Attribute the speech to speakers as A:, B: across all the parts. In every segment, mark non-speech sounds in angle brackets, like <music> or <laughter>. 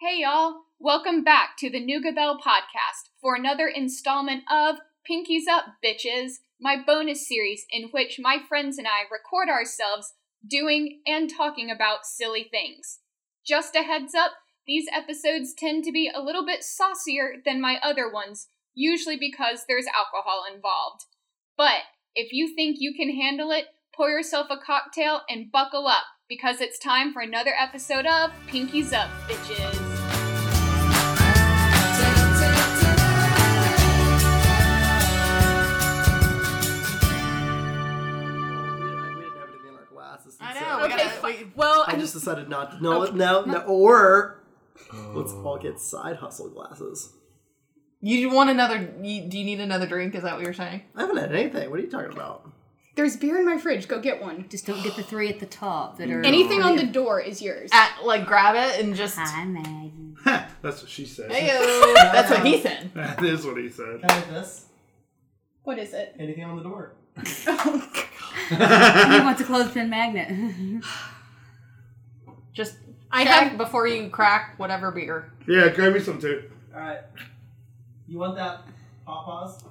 A: Hey, y'all. Welcome back to the Nuga Bell podcast for another installment of Pinkies Up, Bitches, my bonus series in which my friends and I record ourselves doing and talking about silly things. Just a heads up, these episodes tend to be a little bit saucier than my other ones, usually because there's alcohol involved. But if you think you can handle it, pour yourself a cocktail and buckle up because it's time for another episode of Pinkies Up, bitches.
B: We didn't, we didn't have anything in our glasses.
C: I
B: so-
C: know.
A: Okay,
C: Okay.
A: fi-
C: we, well,
B: I just decided not to. No, no, no. Or let's all get side hustle glasses.
C: you want another? You, do you need another drink? Is that what you're saying?
B: I haven't had anything. What are you talking about?
D: There's beer in my fridge. Go get one.
E: Just don't get the three at the top that are.
D: Anything on the door is yours.
C: At like grab it and just.
E: Hi, Maggie.
F: <laughs> That's what she said.
E: <laughs>
C: Ayo. That's what he said.
F: That is what he said.
B: Kind of this.
D: What is it?
B: Anything on the door.
E: he wants a clothespin magnet.
C: Just I have before you crack whatever beer.
F: Yeah, grab me some too.
B: All right. You want that pawpaws?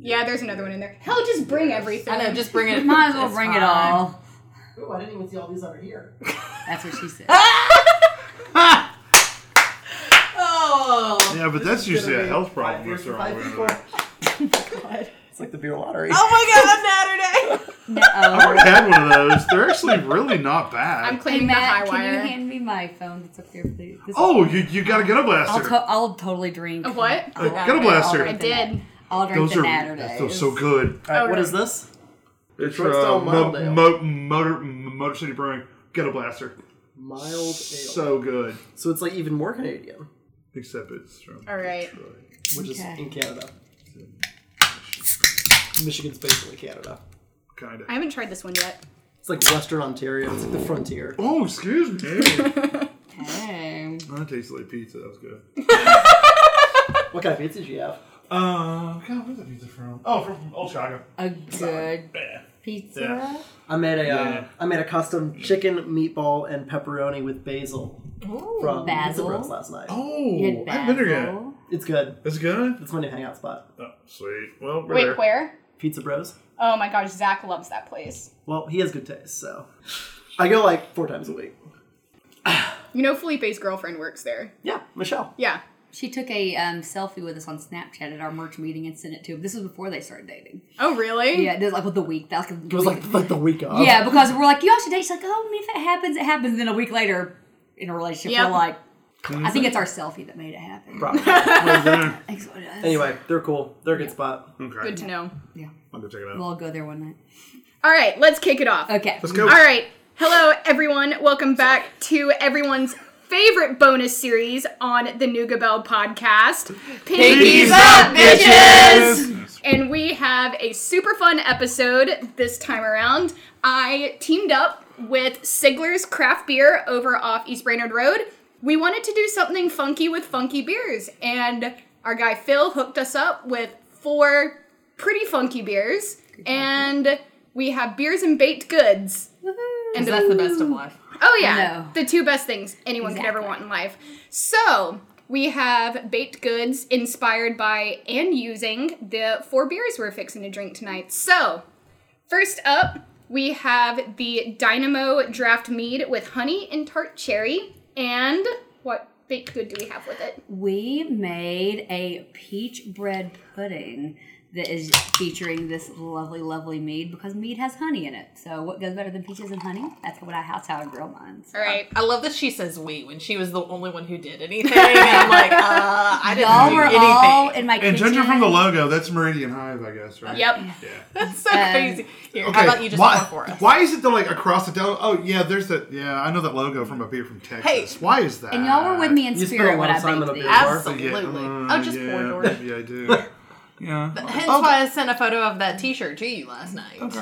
D: Yeah, there's another one in there. Hell, just bring everything.
C: I know. Just bring
E: <laughs>
C: it.
E: Might as well
C: It's
E: bring it
C: fine.
E: all.
B: Ooh, I didn't even see all these under here.
E: That's what she said.
C: Oh.
F: Yeah, but that's usually a health problem.
B: Five years for
F: That's wrong
B: five
F: with
B: people.
F: it.
B: God. <laughs> It's like the beer lottery.
C: Oh my Oh God, <laughs> Saturday.
F: I
E: No.
F: already had one of those. They're actually really not bad.
D: I'm
E: Hey
D: claiming the high
E: Matt, can you
D: wire.
E: hand me my phone that's up there, please? This-
F: oh, you, you got a get a
E: I'll,
F: blaster.
E: to- I'll totally drink.
D: A what?
F: A get a blaster.
E: I
D: Did
E: I'll drink
F: Those
E: the
F: are
E: Natterdays.
F: those are so good.
B: All right, what is this?
F: It's
B: Truck's
F: uh,
B: all
F: mo-
B: mild ale.
F: mo- motor Motor City Brewing. Get a blaster.
B: Mild ale. So,
F: So good.
B: it's like even more Canadian,
F: Except it's from
D: All right.
F: Detroit.
B: which is
E: Okay.
B: in Canada. Michigan's basically Canada.
F: Kinda.
D: I haven't tried this one yet.
B: It's like Western Ontario. It's like the frontier.
F: oh, excuse me.
D: <laughs>
E: Hey.
F: that tastes like pizza. That was good.
B: What kind of pizza do you have?
F: Uh, God, where's the pizza from? Oh, from Old Chicago.
E: A good pizza.
F: Yeah.
B: I made a uh,
F: Yeah.
B: I made a custom chicken meatball and pepperoni with basil from Pizza
E: Basil?
B: Bros last night.
F: Oh,
E: You had
F: I haven't been there yet.
E: basil.
B: It's good.
F: It's good.
B: It's my new hangout spot.
F: Oh, sweet. Well, we're there.
D: Wait, where?
B: Pizza Bros.
D: Oh my gosh, Zach loves that place.
B: Well, he has good taste, so I go like four times a week.
D: You know, Felipe's girlfriend works there.
B: Yeah, Michelle.
D: Yeah.
E: She took a um, selfie with us on Snapchat at our merch meeting and sent it to him. This was before they started dating.
D: Oh, really?
E: Yeah, it was like with the week. That was,
B: It was like like the week of.
E: Yeah, because we're like, you all should date. She's like, oh, I mean, if it happens, it happens. And then a week later, in a relationship,
D: Yep.
E: we're like, I think it's our selfie that made it happen.
B: Probably.
F: Mm-hmm. <laughs> We're there.
E: I think so it is.
B: anyway, they're cool. They're a good spot.
F: Okay.
D: Good to know.
E: Yeah.
F: I'll go check it
E: We'll
F: out.
E: all go there one night.
D: All right, let's kick it off.
E: Okay.
F: Let's go.
D: All right. Hello, everyone. Welcome back to everyone's favorite bonus series on the Nuga Bell podcast, Pinkies, Up, Bitches! And we have a super fun episode this time around. I teamed up with Sigler's Craft Beer over off East Brainerd Road. We wanted to do something funky with funky beers, and our guy Phil hooked us up with four pretty funky beers, and we have beers and baked goods.
C: And that's the best of life.
D: Oh yeah,
E: No.
D: the two best things anyone could ever want in life. So we have baked goods inspired by and using the four beers we're fixing to drink tonight. So first up, we have the Dynamo Draft Mead with honey and tart cherry. And what baked good do we have with it?
E: We made a peach bread pudding that is featuring this lovely, lovely mead because mead has honey in it. So what goes better than peaches and honey? That's what I that's how I grill mine.
D: All right.
C: I love that she says we when she was the only one who did anything. And I'm like, uh, I didn't
E: Y'all
C: do
E: were
C: anything.
E: all in my kitchen.
F: And judging from the logo, that's Meridian Hive, I guess, right?
D: Yep.
F: Yeah.
C: <laughs> That's so
E: Um,
C: crazy. Here, how about you just
F: why,
C: pour for us?
F: Why is it that like across the del- Oh yeah, there's that. Yeah, I know that logo from a beer from Texas. why is that?
E: And y'all were with me in
B: You spent a
E: spirit
B: lot
E: when
B: of
E: I
B: time
E: baked
B: on a
E: these.
B: beer. Ab-
C: Absolutely.
F: Yeah, uh,
C: oh, just
F: Mm, yeah,
C: pour, Jordan.
F: Yeah, I do. yeah.
C: Hence why I sent a photo of that T-shirt to you last night
F: Of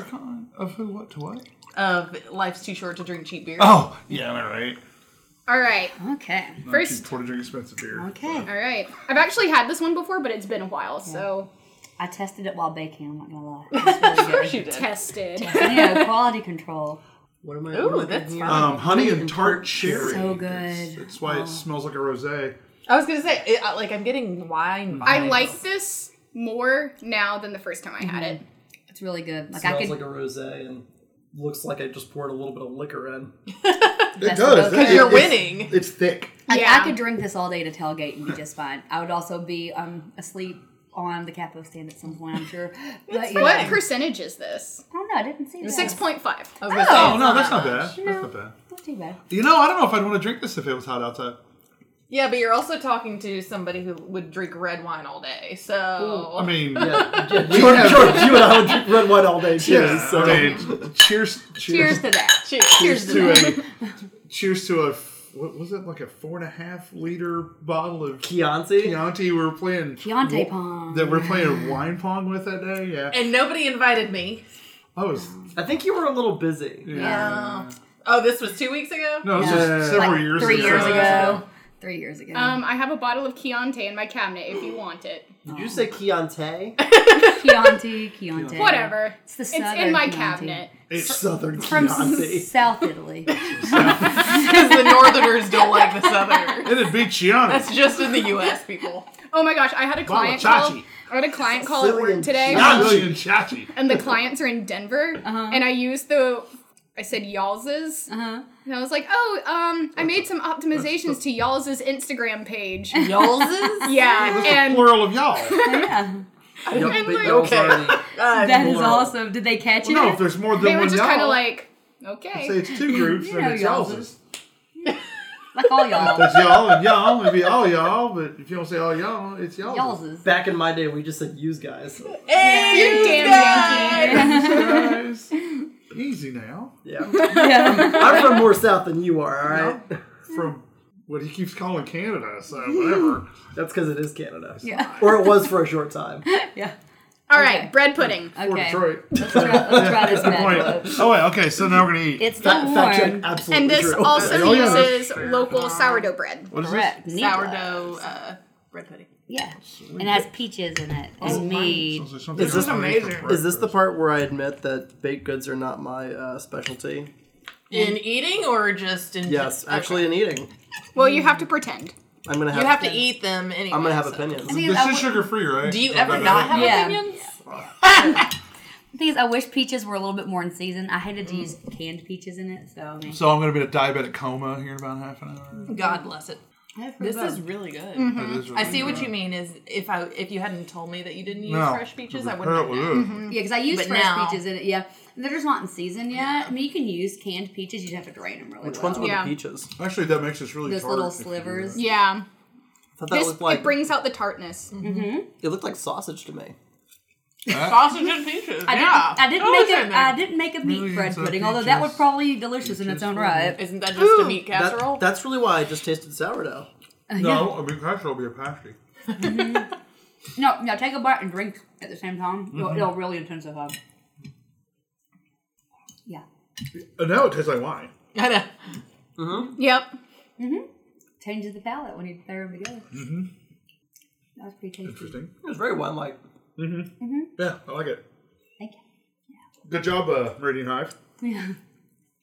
F: who? What to what?
C: of "Life's Too Short to Drink Cheap Beer."
F: Oh yeah, all right.
D: All right.
E: Okay.
D: First-
F: Too poor to drink expensive beer.
E: Okay.
D: All right. I've actually had this one before, but it's been a while, so
E: I
B: <laughs>
E: tested it while baking, I'm not gonna lie. It was really good.
C: she did.
D: tested.
E: you know, quality control.
B: What am I?
C: Ooh,
B: what am I
C: that's
B: thinking
C: fun.
B: of?
F: Um, honey and tart cherry.
E: So good.
F: That's, that's why
E: Oh.
F: it smells like a rosé.
C: I was gonna say, it, I- like, I'm getting wine. Vibes.
D: I like this more now than the first time I had it.
E: It's really good. Like I
B: smells
E: could.
B: like a rosé and looks like I just poured a little bit of liquor in.
E: That's
F: it does.
E: what-
F: That-
C: because you're
F: it's-
C: winning.
F: It's thick.
E: like,
D: Yeah.
E: I could drink this all day to tailgate and be just fine. I would also be um asleep on the capo stand at some point. I'm
D: <laughs>
E: sure. But, you
D: What
E: know,
D: percentage is this?
E: I don't know. I didn't see that.
D: Six point five.
C: I was gonna say,
F: Oh
C: it's
F: no, that's
C: much.
F: not bad. That's not bad.
E: Not too bad.
F: You know, I don't know if I'd want to drink this if it was hot outside.
C: Yeah, but you're also talking to somebody who would drink red wine all day. So
F: I mean,
B: Yeah, George, George, you and I would drink red wine all day too.
F: yeah,
B: so.
F: I <laughs> mean, cheers,
E: Cheers
F: cheers,
E: to that.
C: cheers.
F: cheers to a, cheers to a, f- what was it like a four and a half liter bottle of
B: Chianti?
F: Chianti? We were playing
E: Chianti
F: wa-
E: pong.
F: That we're playing wine pong with that day. Yeah,
C: And nobody invited me.
F: I was.
B: I think you were a little busy.
F: Yeah.
C: Oh, this was two weeks ago. <laughs>
F: No, it was uh, just
E: Like
F: several years.
E: three years
C: ago.
E: ago. Three years ago.
D: Um, I have a bottle of Chianti in my cabinet if you want it.
B: Did you say Chianti?
E: Chianti, Chianti.
D: Whatever.
E: It's the
D: It's
E: southern
D: in my
E: Chianti.
D: cabinet.
F: It's
B: Southern
E: From
B: Chianti.
E: s- South Italy.
C: Because the Northerners don't like the Southerners.
F: It'd be Chianti.
C: That's just in the U.S. people.
D: Oh my gosh, I had a client call.
F: Chachi.
D: I had a client call at work
B: Sicilian
D: today,
B: Chachi.
F: Chianti and Chachi.
D: and the clients are in Denver, and I used the. I said y'alls's,
E: Uh-huh.
D: and I was like, "Oh, um, I made some optimizations to y'alls's Instagram page."
C: Y'all's?
D: Yeah,
F: That's the
D: and
F: plural of y'all.
E: Yeah.
B: Yup, but that
D: like-
B: was
C: Okay.
B: already-
E: That is
B: Laurel.
E: awesome. Did they catch it?
F: no, if there's more than
D: they
F: one
D: were just
F: y'all,
D: kind of like,
F: I'd say
D: "Okay."
F: it's two groups,
E: You
F: and
E: know
F: it's
E: y'all's
F: y'all's.
E: is- Like all y'all.
F: <laughs> That's y'all and y'all. It'd be all y'all, but if you don't say all y'all, it's y'all.
E: Y'all's is.
B: Back in my day, we just said use guys. so-
C: Hey,
D: You're
C: you
D: damn
C: guys!
D: Yankee.
F: Guys, Easy now.
B: Yeah.
C: <laughs>
F: <laughs>
E: Yeah.
B: I'm from more south than you are, alright?
F: From what he keeps calling Canada, so whatever.
B: That's because it is Canada.
E: Yeah.
B: Or it was for a short time.
E: Yeah.
D: All right,
E: Okay. Oh.
D: bread pudding.
E: Okay.
F: Or Detroit.
E: Let's try,
F: <laughs>
E: let's try this back.
F: Wait, Oh, wait, okay, so now we're going to eat.
E: It's
B: Fact,
E: the
B: fact check,
E: one.
B: absolutely
D: And this
B: true.
D: also
F: Oh, yeah, that's
D: uses local sourdough bread.
F: What is
E: Correct.
F: this?
E: Neat.
C: Sourdow uh, bread pudding.
E: Yeah. And it has peaches in it.
F: Oh,
E: And mead.
F: Sounds like something
B: Is this
F: I made for
C: amazing?
B: Is this the
F: breakfast.
B: part where I admit that baked goods are not my uh, specialty?
C: In eating or just in
B: Mm.
C: <laughs>
B: Yes,
C: okay.
B: actually, in eating,
D: Well, you have to pretend.
B: I'm gonna have.
C: You have to eat them anyway.
B: I'm gonna have
C: so.
B: opinions.
E: I think
F: This
E: I
F: is
E: w-
F: sugar free, right?
C: Do you ever not have
E: Yeah.
C: opinions?
E: The thing is, <laughs> I wish peaches were a little bit more in season. I hated to use
F: Mm.
E: canned peaches in it, so I mean,
F: So I'm going to be in a diabetic coma here in about half an hour.
C: God bless it.
E: that's pretty
C: This
E: good.
C: is really good.
F: That is
C: I
F: really
C: see what
F: good.
C: you mean. Is if I if you hadn't told me that you didn't use
F: No.
C: fresh peaches, I
F: It'd be
C: wouldn't. have
F: terrible,
C: known.
F: yeah.
E: yeah, because I used
C: But
E: fresh
C: now-
E: peaches in it. Yeah, they're just not in season yet. I mean, you can use canned peaches; you just have to drain them really
B: Which
E: well.
B: ones were
D: Yeah.
B: the peaches?
F: Actually, that makes this really
E: Those
F: tart
E: little
F: if you do
E: slivers.
F: that.
D: Yeah.
B: I thought that
D: This
B: looked like
D: it brings out the tartness.
B: it looked like sausage to me.
C: <laughs> Sausage and peaches.
E: I didn't,
C: yeah.
E: I didn't
C: Oh,
E: make
C: it's in
E: a,
C: there.
E: I didn't make a meat
F: Millions
E: bread
F: of
E: pudding, although that was
F: peaches.
E: probably delicious in its own right.
C: Isn't that just a
D: Ooh,
C: meat
B: That-
C: casserole?
B: that's really why I just tasted sourdough.
F: No, I mean, casserole will be a pasty.
E: No, no, take a bite and drink at the same time. It'll,
F: Mm-hmm.
E: it'll really intensify. Yeah,
F: And now it tastes like wine.
C: <laughs> I know.
B: Mm-hmm.
D: Yep.
E: changes the palate when you pair them together. Mm-hmm. That was pretty tasty.
F: Interesting.
B: It was very wine-like.
F: Yeah, I like it.
E: Thank you.
F: Good job, uh, Meridian Hive.
E: <laughs>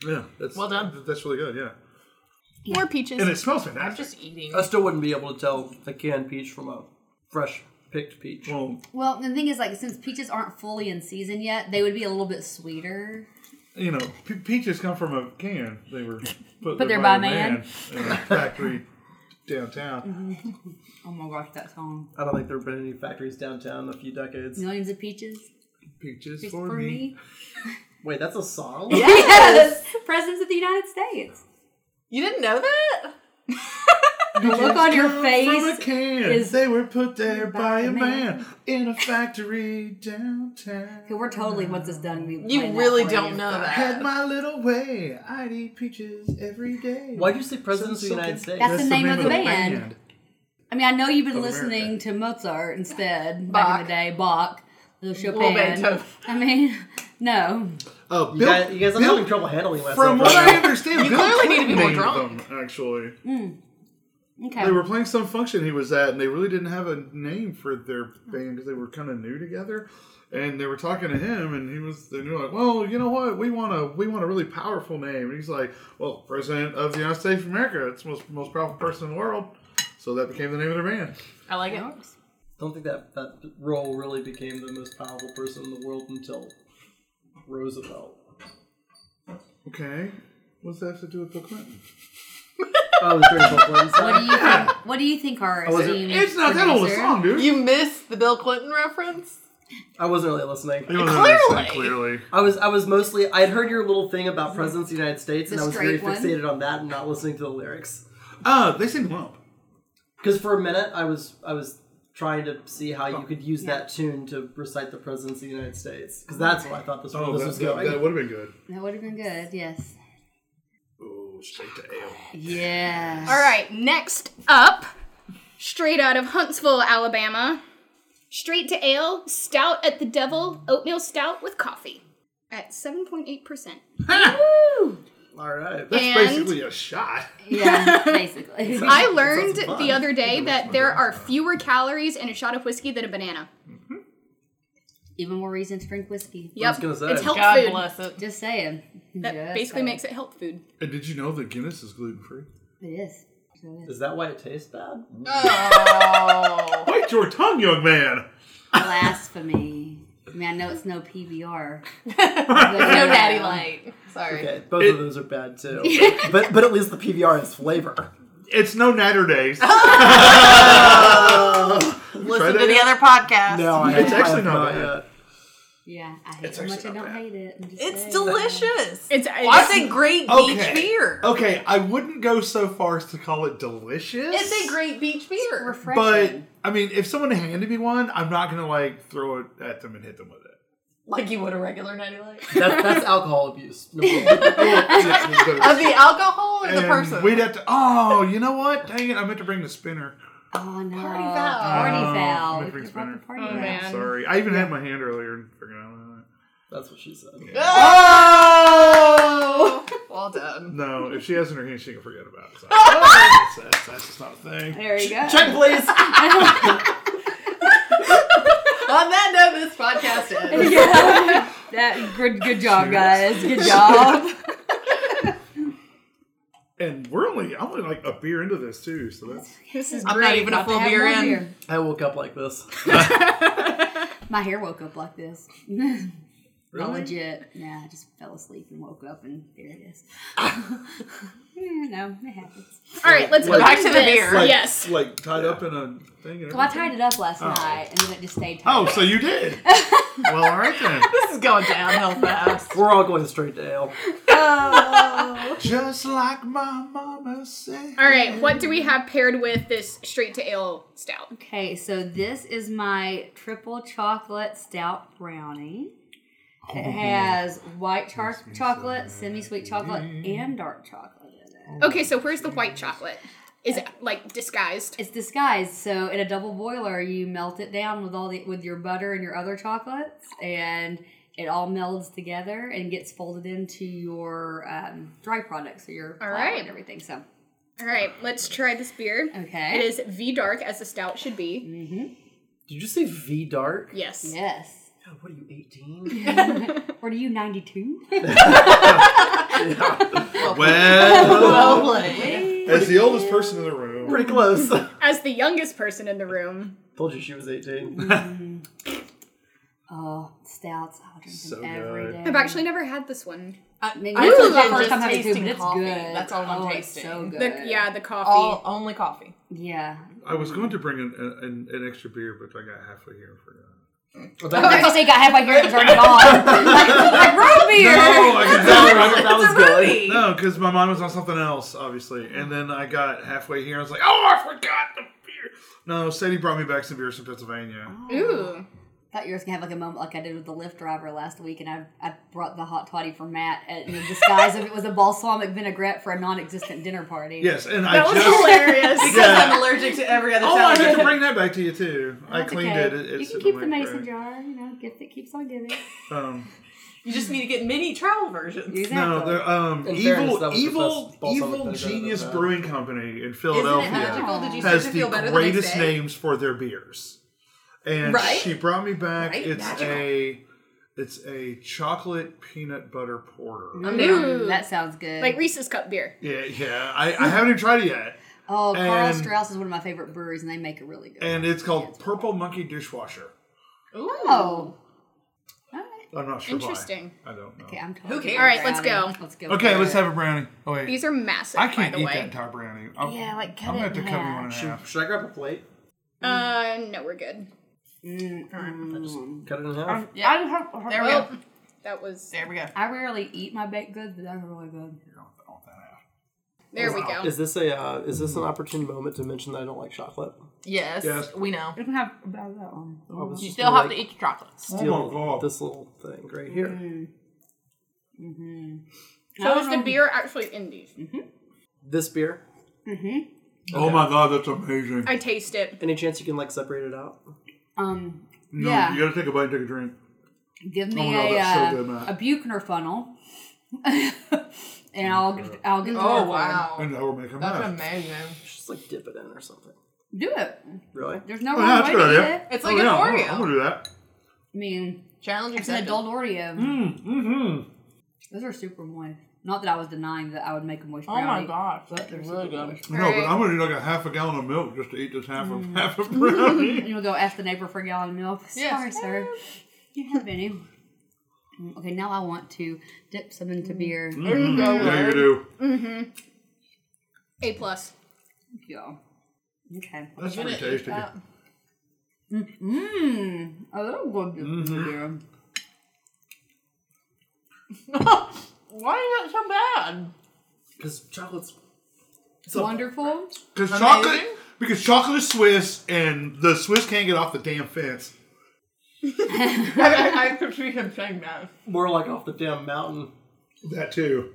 F: Yeah, that's
C: Well done.
F: That's really good. Yeah,
D: More peaches.
F: and it smells
C: I'm
F: fantastic.
C: just eating. <laughs>
B: I still wouldn't be able to tell a canned peach from a fresh picked peach.
F: well,
E: Well, the thing is, like, since peaches aren't fully in season yet, they would be a little bit sweeter.
F: you know, pe- peaches come from a can. They were put,
E: Put
F: there
E: there
F: by,
E: by man.
F: in a factory downtown.
E: Oh my gosh, that song.
B: I don't think there've been any factories downtown in a few decades.
E: Millions of peaches
F: Peaches
E: just
F: for, me.
B: Wait, that's a song.
E: Yes! Presidents of the United States.
C: You didn't know that?
E: <laughs> The look on your
F: From a
E: face.
F: can.
E: is-
F: they were put there
E: by
F: by a
E: a
F: man. in a factory downtown.
E: Okay, We're totally, once it's done, we
C: You
E: play that
C: really
E: for
C: don't
E: you.
C: know
F: Had
C: that.
F: my little way. I'd eat peaches every day.
B: Why'd you say presidents of the
F: Some
B: United
F: something-
B: States?
E: That's the name of the band. I mean, I know you've been
F: Of America.
E: listening to Mozart instead back
C: Bach.
E: in the day, Bach, little
C: Little
E: Chopin.
C: Beethoven.
E: I mean, <laughs> no.
F: Oh,
B: You guys, you guys are having trouble handling myself.
F: From
B: right
F: what
B: now.
F: I understand,
C: You
F: Bill
C: clearly need to
F: Clinton
C: be more
F: named
C: drunk.
F: them, actually.
E: Okay.
F: They were playing some function he was at, and they really didn't have a name for their band because they were kind of new together. And they were talking to him, and he was. They were like, "Well, you know what? We want a we want a really powerful name." And he's like, "Well, President of the United States of America. It's the most most powerful person in the world." So that became the name of their band.
C: I like it.
B: don't think that that role really became the most powerful person in the world until Roosevelt.
F: Okay, what's that have to do with Bill Clinton?
B: Oh, it was during Bill Clinton's
E: What do
B: time.
E: you think? What do you think
F: <laughs>
E: our
B: was-
E: esteemed
F: It's not that old a
E: producer-
F: song, dude.
C: You missed the Bill Clinton reference?
B: I wasn't really listening.
F: You don't understand
C: Clearly.
F: clearly.
B: I was I was mostly I had heard your little thing about presidents of the United States, and
E: The
B: I was very
E: straight one?
B: fixated on that and not listening to the lyrics.
F: Uh, they sing lump.
B: Because for a minute, I was I was trying to see how you could use that tune to recite the presidents of the United States. Because that's what I thought this,
F: Oh,
B: this
F: that,
B: was
F: that,
B: going.
F: that would have been good.
E: That would have been good. Yes.
F: Oh, straight to ale.
E: Yes.
F: <laughs>
D: All right, next up, straight out of Huntsville, Alabama. Straight to ale, stout at the devil, oatmeal stout with coffee at 7.8%.
B: All right.
F: That's
D: And-
F: basically a shot.
E: Yeah. Basically. <laughs>
D: I learned
B: sounds fun.
D: the other day that there are fewer calories in a shot of whiskey than a banana.
E: Even more reason to drink whiskey.
D: Yep.
B: gonna say.
D: It's health
C: God
D: food.
C: bless it.
E: Just saying.
D: That
E: Just
D: basically
E: saying.
D: makes it health food.
F: And did you know that Guinness is gluten free?
E: it is. So
F: <laughs>
E: it is.
B: Is that why it tastes bad?
C: <laughs> Oh.
F: Bite your tongue, young man.
E: Blasphemy. I mean, I know it's no PBR.
C: <laughs> no <laughs> daddy light. Sorry.
B: Okay, both
F: It-
B: of those are
E: <laughs>
B: bad too. but but at least the PBR has flavor.
F: It's no natter days.
C: <laughs>
E: Uh,
F: Try
C: Listen
F: that
C: to the
F: yet?
C: other podcast.
B: No, I,
F: It's
B: I
F: actually
B: have
F: not
B: not
F: bad.
B: yet.
E: Yeah, I hate
F: It's
E: it so much.
F: actually
E: I
F: not
E: don't
F: bad.
E: hate it. I'm just
C: It's
E: saying.
C: delicious.
D: It's,
C: Why
D: it's
C: say Great
F: Okay.
C: Beach Beer?
F: Okay, I wouldn't go so far as to call it delicious.
C: It's a Great Beach Beer.
F: But
E: refreshing.
F: I mean, if someone handed me one, I'm not gonna like throw it at them and hit them with it.
C: Like you would a regular Natty Light.
B: That, that's alcohol abuse.
E: <laughs>
B: Number one.
F: Yeah, we'll
C: <laughs> <laughs> Of
F: go-
C: the alcohol or the
F: and
C: person?
F: We'd have to. Oh, you know what? Dang it! I meant to bring the spinner.
E: oh no,
C: Party foul.
E: Party
F: Oh,
E: foul.
F: I'm
E: We forgot
F: gonna bring
E: the
F: spinner.
E: party
D: Oh,
E: foul.
D: man.
F: Sorry, I even had my hand earlier and figured out.
B: That's what she said.
C: Oh! well done.
F: No, if she has in her hand, she can forget about it. So, that's, that's, that's just not a thing.
E: There you
B: <laughs>
E: go. <laughs>
B: Check, please.
C: On that note, this podcast ends.
E: Yeah. That good. Good job, guys. Good job.
F: And we're only I'm only like a beer into this too, so that's
D: this is
C: I'm not
D: great.
C: even a full
E: Have
C: beer
E: one
C: in.
E: beer.
B: I woke up like this.
E: My hair woke up like this. <laughs> really?
B: Really?
E: legit. Yeah, I just fell asleep and woke up, and there it is. <laughs> yeah, no, it happens.
D: All right, let's
F: Like-
D: open
C: Back to the
D: this.
C: beer.
F: Like-
D: yes.
F: like tied up in a thing. And
E: Well, I
F: everything.
E: tied it up last
F: Oh.
E: night, and then it just stayed tied.
F: Oh, so
E: <laughs>
F: you did. well, all right then.
C: This is going downhill fast.
B: <laughs> We're all going straight to ale.
F: Just like my mama said.
D: All right, what do we have paired with this straight to ale stout?
E: Okay, so this is my triple chocolate stout brownie. It
F: Oh,
E: has white char- chocolate, semi-sweet chocolate,
F: Mm-hmm.
E: and dark chocolate in it.
D: Okay, so where's the white chocolate? Is it like disguised?
E: It's disguised, so in a double boiler, you melt it down with all the with your butter and your other chocolates, and it all melds together and gets folded into your um, dry products, so your flour
D: right.
E: and everything. So
D: All right, let's try this beer.
E: okay,
D: It is V dark as a stout should be.
B: Did you say V dark?
D: Yes.
E: yes.
B: God, what are you, 18?
C: <laughs>
E: Or do you ninety two?
C: <laughs>
F: Well,
C: <laughs> Well played.
F: as the oldest person in the room,
B: Pretty close. <laughs>
D: As the youngest person in the room,
B: Told you she was <laughs> 18.
E: <laughs> Oh, stouts! I'll drink
F: So
E: them every
F: good.
E: day.
D: I've actually never had this one.
C: I,
E: mean,
C: I
E: this
C: told
E: is
C: you
E: my first
C: just
E: time having it too,
C: tasting
E: but it's
C: coffee.
E: good.
C: That's all I'm
E: Oh, it's
C: tasting.
E: so good.
D: The, yeah, the coffee.
C: All only
F: <laughs>
C: coffee.
E: <laughs> Yeah.
F: I was going to bring an, an, an extra beer, but I got halfway here and forgot.
E: I
B: that,
E: think I have my hair and turned it on. <laughs> like, like root beer.
F: No, I got Oh, that right.
B: that was good.
F: No, because my mind was on something else, obviously. And then I got halfway here, I was like, oh, I forgot the beer. No, Sadie brought me back some beers from Pennsylvania.
D: Ooh.
E: thought you were just gonna have like a moment like I did with the Lyft driver last week, and I, I brought the hot toddy for Matt at, in the disguise of it was a balsamic vinaigrette for a non-existent dinner party.
F: Yes, and
D: That
F: I
D: was
F: just.
D: hilarious.
C: Because
F: <laughs> Yeah.
C: I'm allergic to every other
F: Oh, I meant to
C: salad.
F: bring that back to you too. I
E: That's
F: cleaned
E: okay.
F: it. it.
E: you
F: it's
E: can
F: in
E: keep
F: my
E: the mason
F: bag.
E: jar. You know, gift that keeps on giving.
F: Um,
C: You just need to get mini trial versions.
E: Exactly.
F: No, they're um,
B: In
F: evil,
B: fairness, that was the
F: evil,
B: best balsamic
F: evil
B: vinegar that
F: genius
B: I've had.
F: brewing company in
C: Isn't it
F: Philadelphia
C: magical? Did you start
F: has
C: to
F: the
C: feel better
F: greatest
C: the next day?
F: names for their beers, and
C: Right?
F: she brought me back.
C: Right?
F: It's
C: Magical.
F: a, it's a chocolate peanut butter porter.
C: I'm
D: Ooh.
E: That sounds good.
D: Like Reese's Cup beer.
F: Yeah, yeah. I, I haven't even tried it yet,
E: oh, Carl
F: and-
E: Strauss is one of my favorite breweries, and they make a really good.
F: and
E: one.
F: it's called Purple Monkey Dishwasher.
C: Ooh.
E: oh, all right.
F: I'm not sure. why.
D: Interesting.
F: I don't know.
E: Okay,
F: Okay,
E: I'm totally.
C: cares?
E: All
D: Alright, let's go.
E: Let's go. for
F: let's
E: it.
F: have a brownie. Oh wait,
D: These are massive.
F: I can't
D: by the
F: eat
D: way.
F: that entire brownie. I'm,
E: Yeah, like, cut
F: I'm gonna
E: it
F: have to
E: in
F: cut me one in
E: half.
B: Should,
F: half.
B: should I grab a plate?
D: Uh, no, we're good.
B: I just cut it in half.
C: Yeah.
E: I,
C: There we
D: Well,
C: go.
D: that was.
C: There we go.
E: I rarely eat my baked goods, but those are really good.
F: Here, I'll- I'll cut that out.
D: There we go.
B: Is this a uh, is this an opportune moment to mention that I don't like chocolate?
C: Yes,
F: Yes.
C: we know.
E: We don't have about that one.
B: I was
C: You
B: just
C: still
B: gonna,
C: have to
B: like,
C: eat your chocolates.
F: Oh
B: steal
F: my God.
B: this little thing right here.
D: So is the beer actually in these?
B: This beer.
C: Mm-hmm.
F: Oh my god, that's amazing.
D: I taste it.
B: Any chance you can like separate it out?
E: Um,
F: No,
E: Yeah.
F: you gotta take a bite and take a drink.
E: give me
F: Oh, no,
E: a
F: that's so
E: uh,
F: good, Matt.
E: a Buchner funnel, <laughs> and I'll I'll get. the
C: Oh
E: other one.
C: wow,
F: And that would make a
C: that's
F: mess.
C: amazing.
B: Just like dip it in or something.
E: Do it.
B: Really?
E: There's no
F: Oh,
E: wrong
F: that's
E: way
F: a good
E: to
F: idea.
E: eat it.
C: It's
F: Oh,
C: like
F: yeah,
C: an
F: I'm gonna-
C: Oreo.
F: I'm gonna do that.
E: I mean,
C: Challenge
E: it's an
C: accepted.
E: adult Oreo.
F: Mm-hmm.
E: Those are super moist. Not that I was denying that I would make a moist
C: Oh
E: brownie.
C: my gosh,
E: But
C: that's
E: they're
C: really
E: super
C: good.
E: moist.
F: No,
D: Alright.
F: but I'm gonna do like a half a gallon of milk just to eat this half
D: Mm.
F: of <laughs> half a
D: <laughs>
F: brownie.
E: You'll go ask the neighbor for a gallon of milk.
C: Yes.
E: Sorry, sir. You have any? Mm, Okay, now I want to dip some
D: Mm.
E: into beer.
F: yeah, you do.
D: A plus.
E: Thank you. Okay.
F: That's pretty tasty.
C: Uh,
E: Mmm. I love good dip into
D: Mm-hmm.
E: beer.
C: Why is it so bad? <laughs>
B: Because chocolate's
E: It's wonderful.
F: Because
C: Amazing.
F: chocolate, because chocolate is Swiss, and the Swiss can't get off the damn fence.
C: I, I could see him saying that.
B: more like off the damn mountain.
F: That too.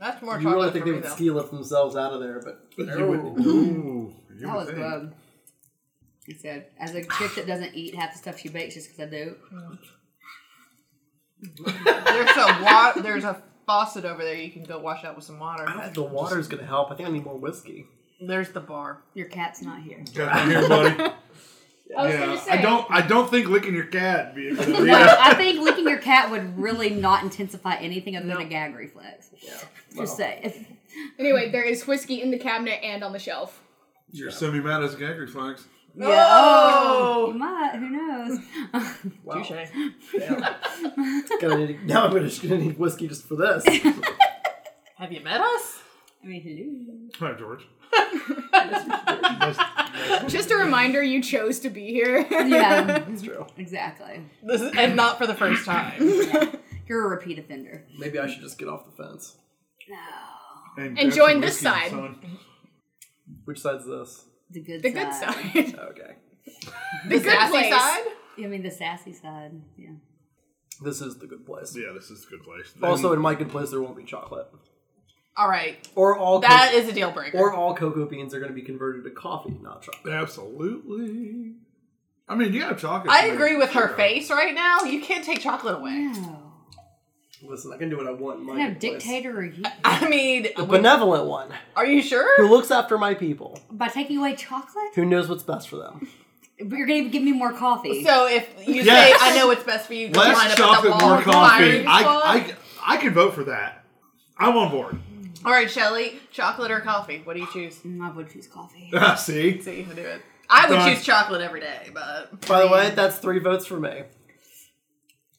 C: That's
B: You
C: more
B: really
C: chocolate
B: think they
C: for me
B: would
C: though.
B: steal it themselves out of there, but
F: You would-
D: Oh.
F: ooh, you
E: That
F: would
E: was
F: think.
E: good. He said, as a chick that doesn't eat half the stuff she bakes just because I do.
C: There's a wa- There's a faucet over there. You can go wash out with some water.
B: I don't think the water's gonna help. I think I need more whiskey.
C: There's the bar.
E: Your cat's not
D: <laughs>
E: here.
F: Got it here, buddy.
D: I was
F: Yeah,
D: gonna say.
F: I don't. I don't think licking your cat would be a
D: <laughs>
F: good
E: Well,
F: idea.
E: I think licking your cat would really not intensify anything other than a gag reflex. Yeah. Just say.
D: Anyway, there is whiskey in the cabinet and on the shelf.
F: You're semi mad as a gag reflex.
E: You
C: Oh!
E: might. Who knows? <laughs>
B: Wow.
C: Touche.
B: Damn. <laughs> Gonna need- now I'm just gonna need whiskey just for this.
C: Have you met us?
E: I mean,
D: <laughs>
E: hello.
F: Hi, George.
D: Just a reminder, you chose to be here. <laughs>
E: Yeah,
B: It's true.
E: exactly.
C: This is, and not for <laughs> the first time.
E: You're a repeat offender.
B: Maybe I should just get off the fence.
F: grab
D: join
F: some
D: this
F: whiskey,
D: side.
F: son.
B: Which side's this?
E: The good
D: the
E: side.
D: good side.
B: Okay.
D: The good
C: Sassy
D: place.
C: side?
E: I mean, the sassy side. Yeah.
B: This is the good place.
F: Yeah, this is a good place.
B: Also, in my good place, there won't be chocolate.
C: All right.
B: Or all
C: That
B: co-
C: is a deal breaker.
B: or all cocoa beans are going to be converted to coffee, not chocolate.
F: absolutely. I mean, you got chocolate.
C: I
F: man.
C: agree with her
F: Sure.
C: face right now. You can't take chocolate away.
E: No.
B: Listen, I can do what I want. In my
E: No
B: good place.
E: dictator are you?
C: I mean,
B: The benevolent one
C: are you
B: who
C: sure?
B: looks after my people,
E: By taking away chocolate,
B: who knows what's best for them.
E: but you're gonna even give me more coffee.
C: So if you
F: Yes.
C: say I know what's best for you, just line up
F: Less
C: at the
F: chocolate,
C: wall
F: more
C: with the firing
F: coffee. I,
C: squad.
F: I, I can vote for that. I'm on board. <laughs>
C: All right, Shelly, chocolate or coffee? What do you choose?
E: Mm, I would choose coffee.
F: Ah,
C: <laughs>
F: See?
C: See, I do it. I would
F: Done.
C: choose chocolate every day, but
B: By the way, that's three votes for me.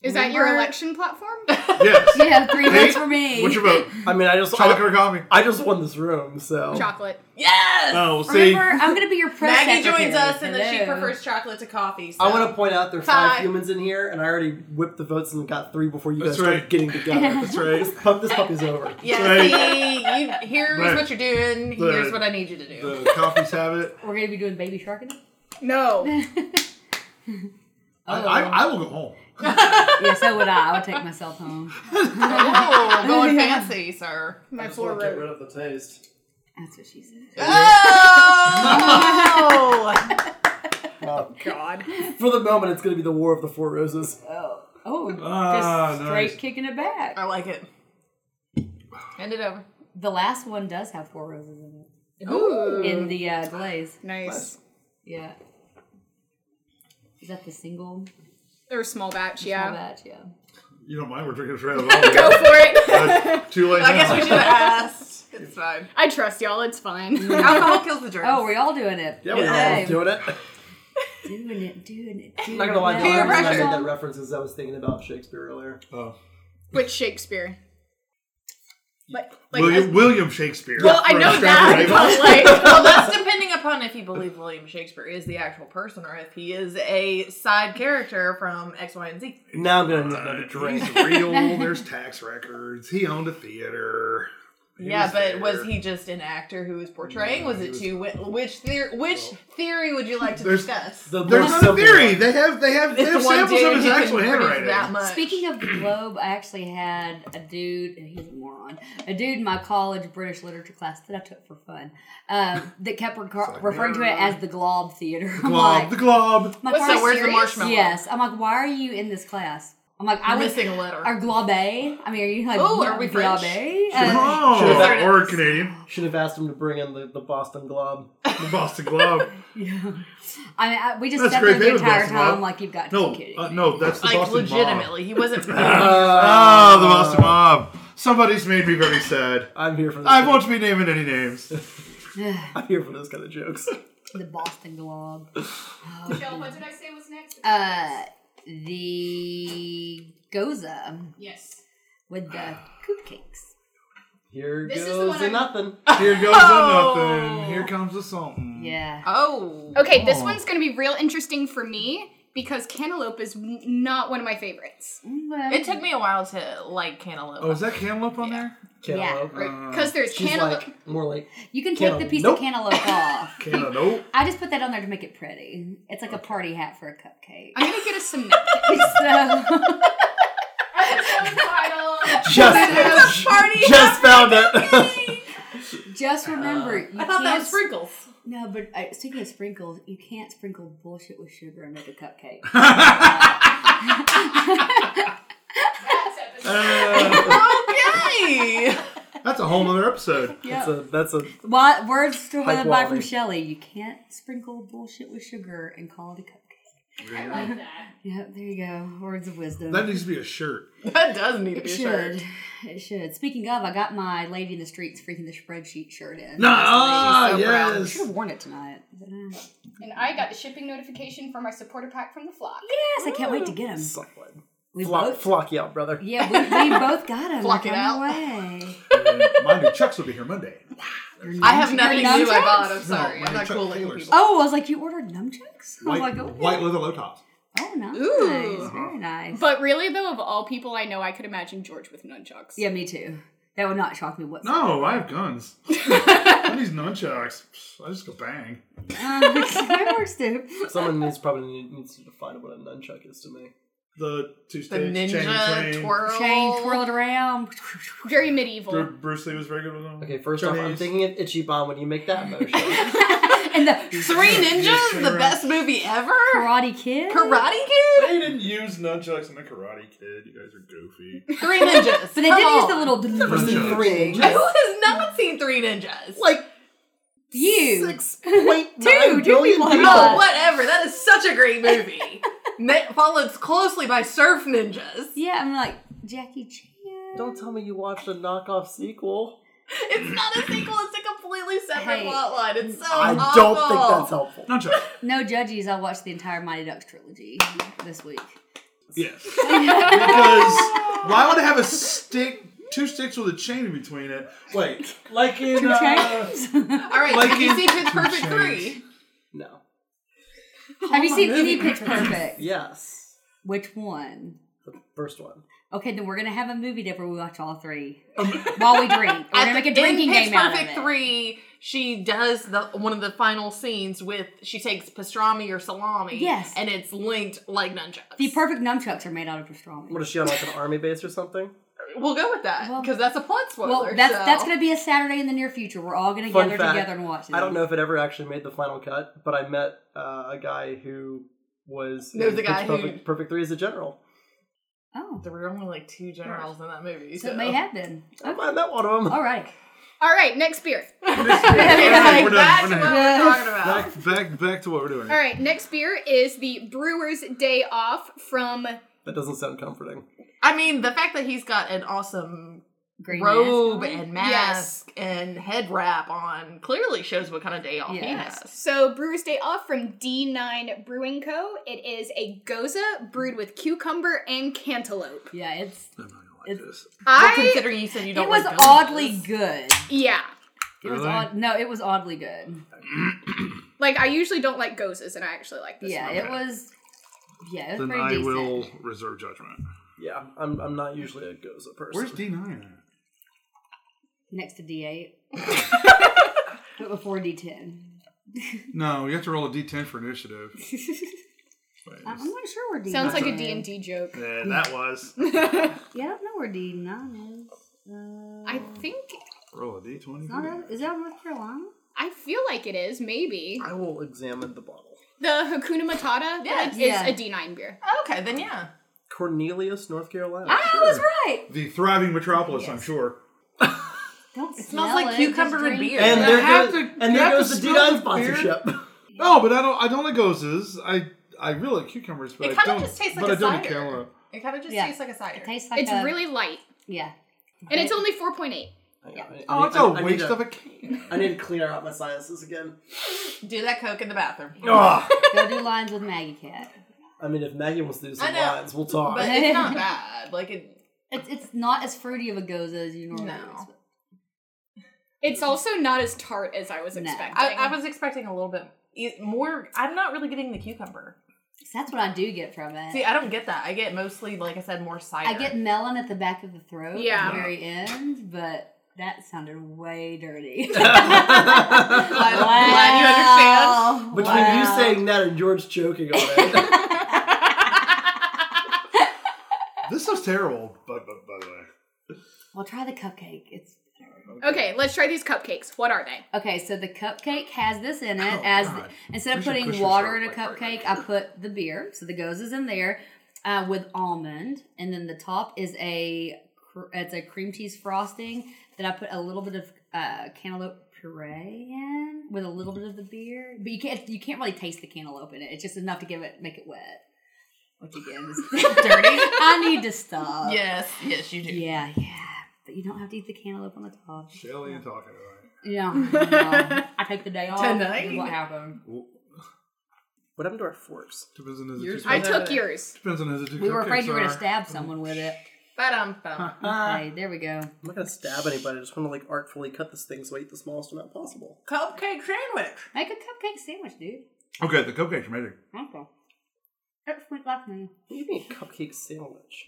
D: Is that your
E: Remember-
D: election platform?
F: Yes.
E: Yeah, three
F: Hey,
E: votes for me.
F: What's your vote?
B: I mean, I just
F: Chocolate
C: uh,
B: I,
F: or coffee?
B: I just won this room, so
D: Chocolate.
C: yes,
F: Oh, we'll see.
E: Remember, I'm gonna be your press
C: Maggie
E: secretary.
C: joins us, and then she
E: Hello.
C: prefers chocolate to coffee. So.
B: I want to point out there are five,
C: Five.
B: humans in here, and I already whipped the votes and got three before you
F: That's
B: guys started
F: right.
B: getting
F: <laughs>
B: together.
F: That's right.
B: this, pump, this puppy's over.
C: Yeah,
F: Right.
C: see, you, here's
F: Right.
C: what you're doing.
F: The-
C: Here's what I need you to do.
F: The coffees have it.
E: We're gonna be doing baby sharking.
D: No.
F: I,
C: Oh.
F: I, I will go home.
E: <laughs> Yeah, so would I. I would take myself home.
C: oh, going fancy, sir.
D: My floor
B: of
D: wrote.
B: the taste.
F: <laughs>
E: That's what she said.
C: Oh,
B: Um,
D: God.
B: for the moment, it's going to be the War of the Four Roses.
E: Oh, oh
F: Ah,
E: just straight
F: nice.
E: kicking it back.
C: I like it. Hand it over.
E: The last one does have four roses in
D: Ooh.
E: it. In the uh, glaze.
D: Nice.
E: Yeah. Is that the single?
D: Or small batch,
E: Small
D: yeah.
E: batch, yeah.
F: You don't mind we're drinking straight out of
C: <laughs>
D: Go
F: the
D: for it.
F: bottle. Too late.
C: I guess
F: now.
C: we should have asked. It's fine.
D: I trust y'all. It's
C: <laughs>
D: fine. <laughs>
C: Alcohol kills the germs.
E: Oh, we're all doing it.
B: Yeah, we
E: Yay.
B: are all doing it.
E: Doing it, doing it.
B: I'm
E: Doing
B: not gonna lie,
E: it.
B: the only reason I
C: pressure.
B: made that reference is I was thinking about Shakespeare earlier.
F: Oh.
D: Which Shakespeare? Like, like
F: William, William Shakespeare.
D: well, I
F: For
D: know
F: a
D: that,
F: straight right. <laughs>
C: <laughs>
D: but
C: <laughs>
D: like,
C: well, that's depending upon if you believe William Shakespeare is the actual person or if he is a side character from X, Y, and Z.
B: Now I'm gonna need
C: <laughs>
F: Uh,
B: another drink.
F: He's real. There's tax records. He owned a theater. He
C: yeah, but was
F: there.
C: he just an actor who was portraying? was
F: he
C: it
F: was-
C: too? whi- Which theory? Which theory would you like to
F: There's-
C: discuss?
B: The
F: There's
B: more
F: not a
B: simple
F: theory.
B: one.
F: They have they have, they
C: It's
F: have
C: the one
F: samples
C: dude
F: of his
C: who
F: actual
C: couldn't produce
F: handwriting.
C: That much.
E: Speaking of the globe, I actually had a dude, and he's a moron, a dude in my college British literature class that I took for fun um, that kept recar-
F: like,
E: referring to it as the Glob Theater. <laughs> I'm
F: Glob,
E: like,
F: the glob.
E: my
D: What's
E: class-
D: that
C: so where's the
D: serious?
C: marshmallow?
E: Yes. I'm like, why are you in this class? I'm like, I
C: I'm
E: was.
C: missing a letter.
E: Are globe? I mean, are you like
C: Oh, are we
E: globe?
C: French?
E: Uh,
B: Should've
F: Oh,
B: asked-
F: or Canadian.
B: Should have asked him to bring in the, the Boston
F: <laughs>
B: Glob.
F: The Boston
C: <laughs>
F: Globe.
E: yeah. I mean, I, we just
F: That's
E: sat
F: great.
E: there
F: They
E: the
F: would
E: entire
F: bust him up.
E: time, like you've got to
F: No,
E: be kidding.
F: uh,
E: me.
F: no, that's the
C: like
F: Boston
C: legitimately, he
F: <laughs>
C: wasn't.
B: Uh,
F: Mob. Oh, the Boston Mob. Somebody's made me very sad.
B: I'm here for this.
F: I won't be naming any names.
B: <laughs> I'm here for those kind of jokes.
E: the Boston Globe.
A: Michelle, what did I say was next?
E: Uh, the Goza um,
A: yes.
E: with the cupcakes.
B: Here
A: This is the
B: goes
A: one I-
B: a nothing.
F: <laughs> Here goes
C: Oh.
F: the nothing. Here comes the something.
E: Yeah.
C: oh,
D: okay, this
F: Oh.
D: one's gonna be real interesting for me because cantaloupe is n- not one of my favorites
E: Mm,
C: it took me a while to like cantaloupe.
F: Oh, is that cantaloupe on there?
B: Cantaloupe.
F: Uh,
D: because there's
B: She's
D: cantaloupe.
B: like more like
E: You can take the
B: Cantaloupe.
E: piece
B: Nope.
E: of
B: <laughs>
E: cantaloupe off.
F: Cantaloupe.
E: I just put that on there to make it pretty. It's like a party hat for a cupcake.
D: I'm gonna get us some napkins.
E: <laughs>
C: <laughs>
E: so,
B: just just found <laughs> it.
E: just remember,
B: Uh,
E: you
C: I thought that
E: can't
C: was sprinkles.
E: No, but uh, speaking of sprinkles, you can't sprinkle bullshit with sugar and make a cupcake.
B: <laughs>
F: Uh,
C: <laughs> okay.
F: <laughs> that's a whole nother episode.
B: that's a that's a
E: Why, words to
B: High
E: live by from
B: quality.
E: Shelley. You can't sprinkle bullshit with sugar and call it a cupcake. <laughs> Yep, there you go. Words of wisdom.
F: That needs to be a <laughs> shirt.
C: that does need to
E: it
C: be a
E: should.
C: shirt.
E: It should. Speaking of, I got my Lady in the Streets freaking the spreadsheet shirt in.
F: No, ah,
C: so proud.
F: yes.
E: should have worn it tonight. but, uh, Yes,
A: And I got the shipping notification for my supporter pack from the flock.
E: I can't wait to get them.
B: solid.
E: We
B: Flock,
E: both,
B: flock you out, brother.
E: yeah, we, we both got them.
C: Flock it out.
E: Way.
F: And My new Chucks will be here Monday.
C: I have nothing
E: Your
C: new I bought. I'm
E: nunchucks?
C: sorry.
F: No,
C: I'm not
F: Chuck
C: cool looking
F: Taylors.
C: people.
E: Oh, I was like, you ordered nunchucks? I was
F: White,
E: like, okay.
F: white leather low tops.
E: Oh, nice.
D: Ooh.
E: Very nice.
D: But really, though, of all people I know, I could imagine George with nunchucks.
E: yeah, me too. That would not shock me whatsoever.
F: No, I
C: <laughs>
F: have guns. I need nunchucks. I just go bang.
E: <laughs> Um, that works too.
B: Someone needs probably need- needs to define what a nunchuck is to me.
F: The two
C: The
F: stage chain
C: ninja
F: twang.
C: twirl.
E: Chain twirled around.
D: Very medieval.
F: Bru- Bruce Lee was very good with them.
B: Okay, first off, I'm
F: Chinese.
B: thinking of Ichiban when you make that motion.
E: and the
C: Three
F: Just
C: Ninjas,
F: turn
C: the
F: around.
C: best movie ever.
E: karate kid.
C: Karate Kid.
F: They didn't use nunchucks in the Karate Kid. You guys are
C: <laughs>
F: goofy.
C: Three Ninjas.
E: <laughs> But they
C: Come
E: did use
C: on.
E: the little.
F: Nunchucks.
B: Three
C: <laughs> Who
B: ninjas.
C: has not seen Three Ninjas?
B: Like
E: You.
B: six point
E: Two,
B: nine
E: two
B: billion
E: people.
B: people.
E: Uh,
C: oh, whatever. That is such a
E: <laughs>
C: great movie. Ma- followed closely by Surf Ninjas.
E: Yeah, I'm like Jackie Chan.
B: Don't tell me you watched a knockoff sequel.
C: It's not a sequel. It's a completely separate
E: Hey,
C: plot line. It's so
B: I
C: awful.
B: don't think that's helpful.
F: Nunchucks.
E: No judges. I watched the entire Mighty Ducks trilogy this
C: <laughs>
E: week. <laughs>
F: Yes. because why would I have a stick, two sticks with a chain in between it? Wait, like in
E: Two
F: uh,
C: <laughs>
E: chains?
C: All right.
F: Like
C: have you
F: in-
C: seen Pitch Perfect
F: Change.
C: three?
B: No.
E: Have you seen any
C: movie.
E: Pitch Perfect?
C: <laughs>
B: Yes.
E: Which one?
B: The first one.
E: Okay, then we're gonna have a movie day where we watch all three <laughs> while we drink. We're
C: Um, At
E: gonna make a
C: the-
E: drinking
C: in Pitch
E: game out of
C: Perfect
E: it.
C: three, she does the one of the final scenes with she takes pastrami or salami.
E: Yes.
C: and it's linked like nunchucks.
E: The perfect nunchucks are made out of pastrami.
B: What is she on like an army base or something?
C: We'll go with that
E: Well-
C: because that's a plot spoiler.
E: Well, that's
C: so-
E: that's going to be a Saturday in the near future. We're all going to
B: Fun
E: gather
B: fact,
E: together and watch it.
B: I don't know if it ever actually made the final cut, but I met uh, a guy who was
C: There was
B: in
C: a guy
B: Pitch
C: who-
B: Perfect, Perfect Three as a general.
E: Oh,
C: There were only like two generals in that movie.
E: so it
C: <laughs>
E: may have been. Okay.
B: I met one of them.
E: All right.
D: All right, next beer.
E: <laughs>
C: Like,
F: We're done,
C: that's
F: we're done.
C: what we're talking about.
F: Back, back, back to what we're doing.
D: All right, next beer is the Brewer's Day Off from
B: That doesn't sound comforting.
C: I mean, the fact that he's got an awesome
E: Green
C: robe
E: mask on.
C: and mask and head wrap on clearly shows what kind of day off he
E: Yes.
C: has.
D: So Brewers Day Off from D9 Brewing Co. It is a goza brewed with cucumber and cantaloupe.
E: Yeah, it's
F: I'm not gonna like this.
C: Well,
D: I
C: considering you said you don't,
E: it was
C: like donuts.
E: oddly good.
D: yeah,
E: It was
F: Really?
E: odd. No, it was oddly good.
D: like I usually don't like gozas, and I actually like this.
E: yeah,
D: one.
E: it was. Yeah, it was
F: Then
E: pretty
F: I
E: decent.
F: will reserve judgment.
B: Yeah, I'm, I'm not usually a goza person.
F: Where's D nine at?
E: Next to D
F: <laughs>
E: eight, but before D ten. <laughs>
F: No, you have to roll a D10 for initiative. Wait,
E: I'm I'm not sure where D.
D: sounds like a
E: is.
D: D and D joke.
F: yeah, that was
E: Yeah, I don't know where D nine is. Uh,
D: I think
F: roll a D20.
E: it's not a- is that North Carolina?
D: I feel like it is maybe
B: I will examine the bottle.
D: the Hakuna Matata.
C: Yes.
D: is
E: Yeah.
D: a D9 beer.
C: Okay, then yeah.
B: Cornelius, North Carolina.
E: Ah, I was right.
F: The thriving metropolis, I'm sure.
E: Don't
C: It smells like cucumber and beer.
B: And
F: You
B: there,
F: have
B: goes,
F: to-
B: and
F: you
B: there
F: have to
B: goes the
F: smell
B: D9
F: the beer.
B: sponsorship.
F: No, but I don't. I don't like gozes. I I really like cucumbers, but
C: It
F: I
C: kinda
F: don't.
C: just tastes
F: but
C: like
F: I
C: a
F: don't eat
C: cider.
F: cantaloupe.
C: It kind of just
E: Yeah.
C: tastes like a cider.
E: It tastes like
D: It's
E: a-
D: really light,
E: yeah.
D: and it's only 4.8.
F: Oh, it's
B: a
F: a waste of a can.
B: I need to clear out my sinuses again.
C: Do that coke in the bathroom.
B: Ugh.
E: Go do lines with Maggie Cat.
B: I mean, if Maggie wants to do
C: I
B: some
C: know,
B: lines, we'll talk.
C: <laughs> But
E: <laughs>
C: it's not bad. Like it.
E: It's it's not as fruity of a goza as you normally
C: No.
E: would expect.
D: It's also not as tart as I was
E: No.
D: expecting.
C: I, I was expecting a little bit e- more. I'm not really getting the cucumber.
E: So that's what I do get from it.
C: See, I don't get that. I get mostly, like I said, more cider.
E: I get melon at the back of the throat
D: Yeah.
E: at the very end, but that sounded way
C: <laughs>
E: dirty. <laughs>
B: <laughs>
C: I'm glad you understand.
B: Between you
E: Wow.
B: saying that and George choking on it,
F: This stuff's terrible. But, but by the way,
E: Well, try the cupcake. It's
D: okay, let's try these cupcakes. What are they?
E: okay. So the cupcake has this in it.
F: Oh,
E: as
F: God.
E: instead
F: We
E: of
F: should push
E: putting
F: this
E: water
F: out
E: in a
F: like right
E: cupcake,
F: now.
E: I put the beer. So the goza's in there uh, with almond, and then the top is a cr- it's a cream cheese frosting that I put a little bit of uh, cantaloupe puree in with a little bit of the beer, but you can't you can't really taste the cantaloupe in it. It's just enough to give it make it wet. Which again is <laughs> dirty. I need to stop.
C: Yes, yes, you do.
E: Yeah, yeah. But you don't have to eat the cantaloupe on the top.
F: Shelly and talking about
E: <laughs> Yeah. no. I take the day off.
C: Tonight?
E: This is What happened?
F: it. Well,
B: what happened to our forks?
F: depends on his
C: Yours
F: two
D: I
C: I
F: cupcakes-
D: took
C: know.
D: yours.
F: Depends on his two
E: We were afraid
F: cupcakes
E: you were gonna
F: are.
E: stab someone with <laughs> it.
C: Ba-dum, bum.
E: Okay, there we go.
B: I'm not gonna stab anybody. I just want to like artfully cut this thing so I eat the smallest amount possible.
C: Cupcake sandwich.
E: Make a cupcake sandwich, dude.
F: Okay, the cupcakes are amazing.
E: Okay. That's sweet like me.
B: What do you mean cupcake sandwich?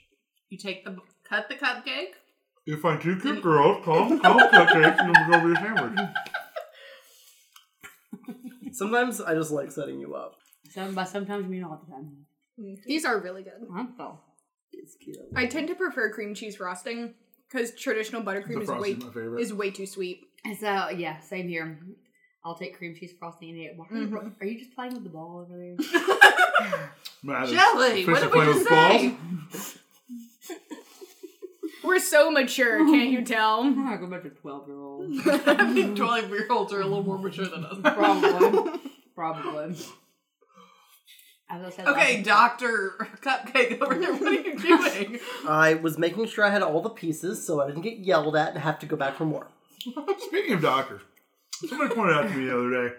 C: You take the cut the cupcake.
F: If I do get girls, come, come cupcakes, and we're gonna be a sandwich.
B: Sometimes I just like setting you up.
E: Some by sometimes you mean all the time.
D: These are really good.
E: Uncle.
B: It's cute.
D: I tend to prefer cream cheese frosting because traditional
F: The
D: buttercream is
F: frosting's
D: way
F: my favorite.
D: is way too sweet.
E: And so yeah, same here. I'll take cream cheese frosting and egg. Why are, you, are you just playing with the ball over <laughs> there?
F: Matt is
C: Shelly, what
F: officially
C: did we
F: playing
C: just
F: with balls.
C: say?
D: We're so mature, can't you
C: <laughs>
D: tell?
E: I go back to twelve year old.
C: <laughs>
E: <laughs>
C: I think twelve year olds are a little more mature than us.
E: Probably. Probably. As I said,
C: Okay,
E: like-
C: Doctor <laughs> Cupcake over here. What are you doing?
B: <laughs> I was making sure I had all the pieces so I didn't get yelled at and have to go back for more.
F: Speaking of doctors, somebody pointed out to me the other day.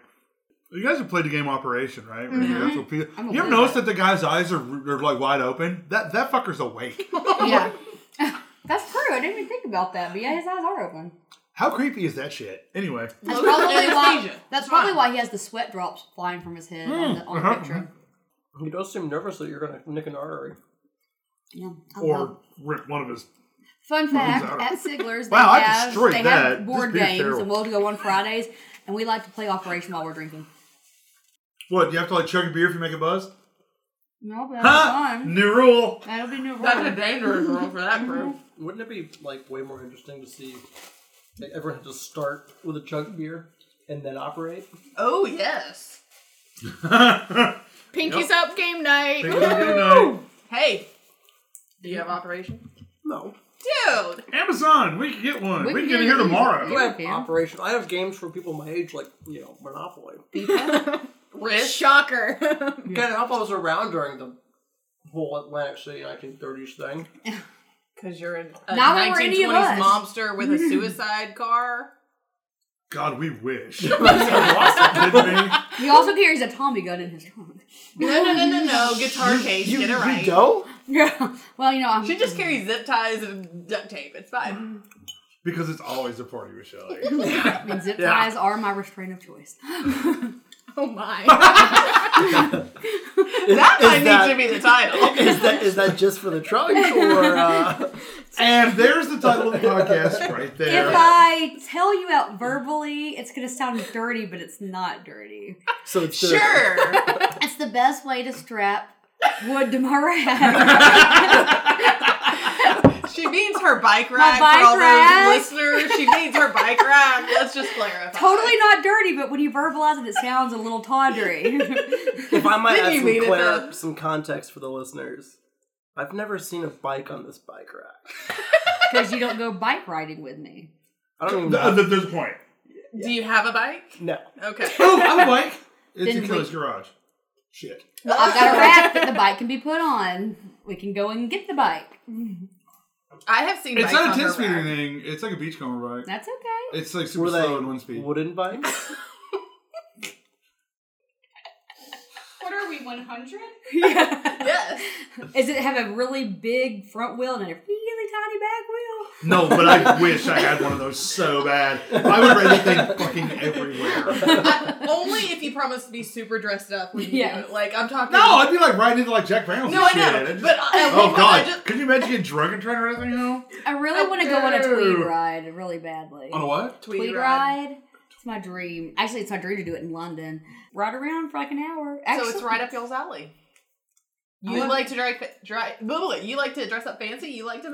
F: You guys have played the game Operation, right? Where you have to appeal-
E: Mm-hmm. I'm a
F: You ever
E: believer.
F: notice that the guy's eyes are, are like wide open? That that fucker's awake.
E: Yeah. <laughs> That's true. I didn't even think about that. But yeah, his eyes are open.
F: How creepy is that shit? Anyway,
E: That's
C: Local
E: probably why.
C: anesthesia.
E: That's
C: It's
E: probably
C: fine.
E: why he has the sweat drops flying from his head on the, on the
F: Uh-huh.
E: picture.
B: You don't seem nervous that you're gonna nick an artery.
E: Yeah. I love-
F: or rip one of his.
E: fun fact
F: out.
E: at
F: <laughs>
E: Sigler's, they
F: Wow, I
E: have
F: destroyed
E: they
F: that.
E: have board
F: This beer's
E: games,
F: terrible.
E: and we'll go on Fridays, and we like to play Operation while we're drinking.
F: What? You have to like chug a beer if you make a buzz.
E: No, but
F: New rule.
E: That'll be new.
F: <laughs>
C: That's a dangerous rule for that group.
B: Wouldn't it be like way more interesting to see like, everyone have to start with a chug of beer and then operate?
C: Oh yes.
D: Pinkies up game night.
F: Thank you, good night.
C: Hey, do you have operation?
B: No.
C: Dude,
F: Amazon, we can get one. We,
E: We can
F: can get it
E: get it.
F: here tomorrow.
B: I have
E: Okay.
B: operation. I have games for people my age, like you know Monopoly.
C: wrist.
D: Shocker.
B: Can't help I was around during the whole Atlantic City 1930s thing.
C: Because you're an- a
E: Not that we're any
C: 1920s
E: of us.
C: mobster
E: <laughs>
C: with a suicide car.
F: God, we
E: <laughs>
F: wish. Are you kidding me?
E: He also carries a Tommy gun in his trunk. <laughs>
C: No, no, no, no, no. Guitar case. get it right.
B: don't?
E: well, you know, I'm,
C: She just carries zip ties and duct tape. It's fine.
F: Because it's always a party with Shelly.
E: I mean, zip
F: Yeah.
E: ties are my restraint of choice.
D: oh my.
C: That might
B: is that-
C: need to be the
B: <laughs>
C: title.
B: Is that is that just for the
C: <laughs>
B: trunks or? Uh...
F: and there's the title of the podcast right there.
E: If I tell you out verbally, it's going to sound dirty, but it's not dirty.
B: So it's the-
C: Sure.
E: It's the best way to strap wood to my rack.
C: She means her bike rack
E: bike
C: for all
E: rack.
C: those listeners. She means her bike rack. Let's just clarify.
E: totally not dirty, but when you verbalize it, it sounds a little tawdry.
B: If I might
C: Didn't
B: add
C: you
B: some,
C: mean it,
B: clar-
C: though?
B: some context for the listeners, I've never seen a bike on this bike rack.
E: Because you don't go bike riding with me.
B: I don't even
F: Th-
B: know.
F: th- there's a point.
C: Do you have a bike?
B: No.
C: Okay.
F: Oh, I have a
E: <laughs>
F: bike. It's
E: Then
F: in Kelly's
E: we-
F: garage. Shit.
E: Well, I've got a rack that the bike can be put on. We can go and get the bike.
C: I have seen
F: It's
C: bikes
F: not a
C: on her
F: 10 speed or
C: rack.
F: anything. It's like a beachcomber bike.
E: That's okay.
F: It's like super
B: Were
F: slow and one
B: they
F: speed.
B: wooden bikes?
D: What are we, 100?
C: Yes.
E: Is it have a really big front wheel and a really tiny back wheel?
F: No, but I wish I had one of those so bad. I would ride that thing
E: <laughs>
F: fucking everywhere.
C: I- only if you promise to be super dressed up when you do
E: Yes.
C: it. Like I'm talking.
F: No, I'd be like riding into like Jack Brown's
C: no, I
F: and shit.
C: know.
F: I'd just-
C: But I,
F: oh
C: I
F: god,
C: just,
F: could you imagine getting drunk and trying to ride that thing home?
E: I really want to go on a tweed
F: Oh.
E: ride really badly.
F: On a what?
C: tweet,
E: Tweed ride. It's my dream. Actually, it's my dream to do it in London. Ride around for like an hour. Actually,
C: So it's right up y'all's alley. You
E: I-
C: like to drive, drive. You like to dress up fancy. You like to.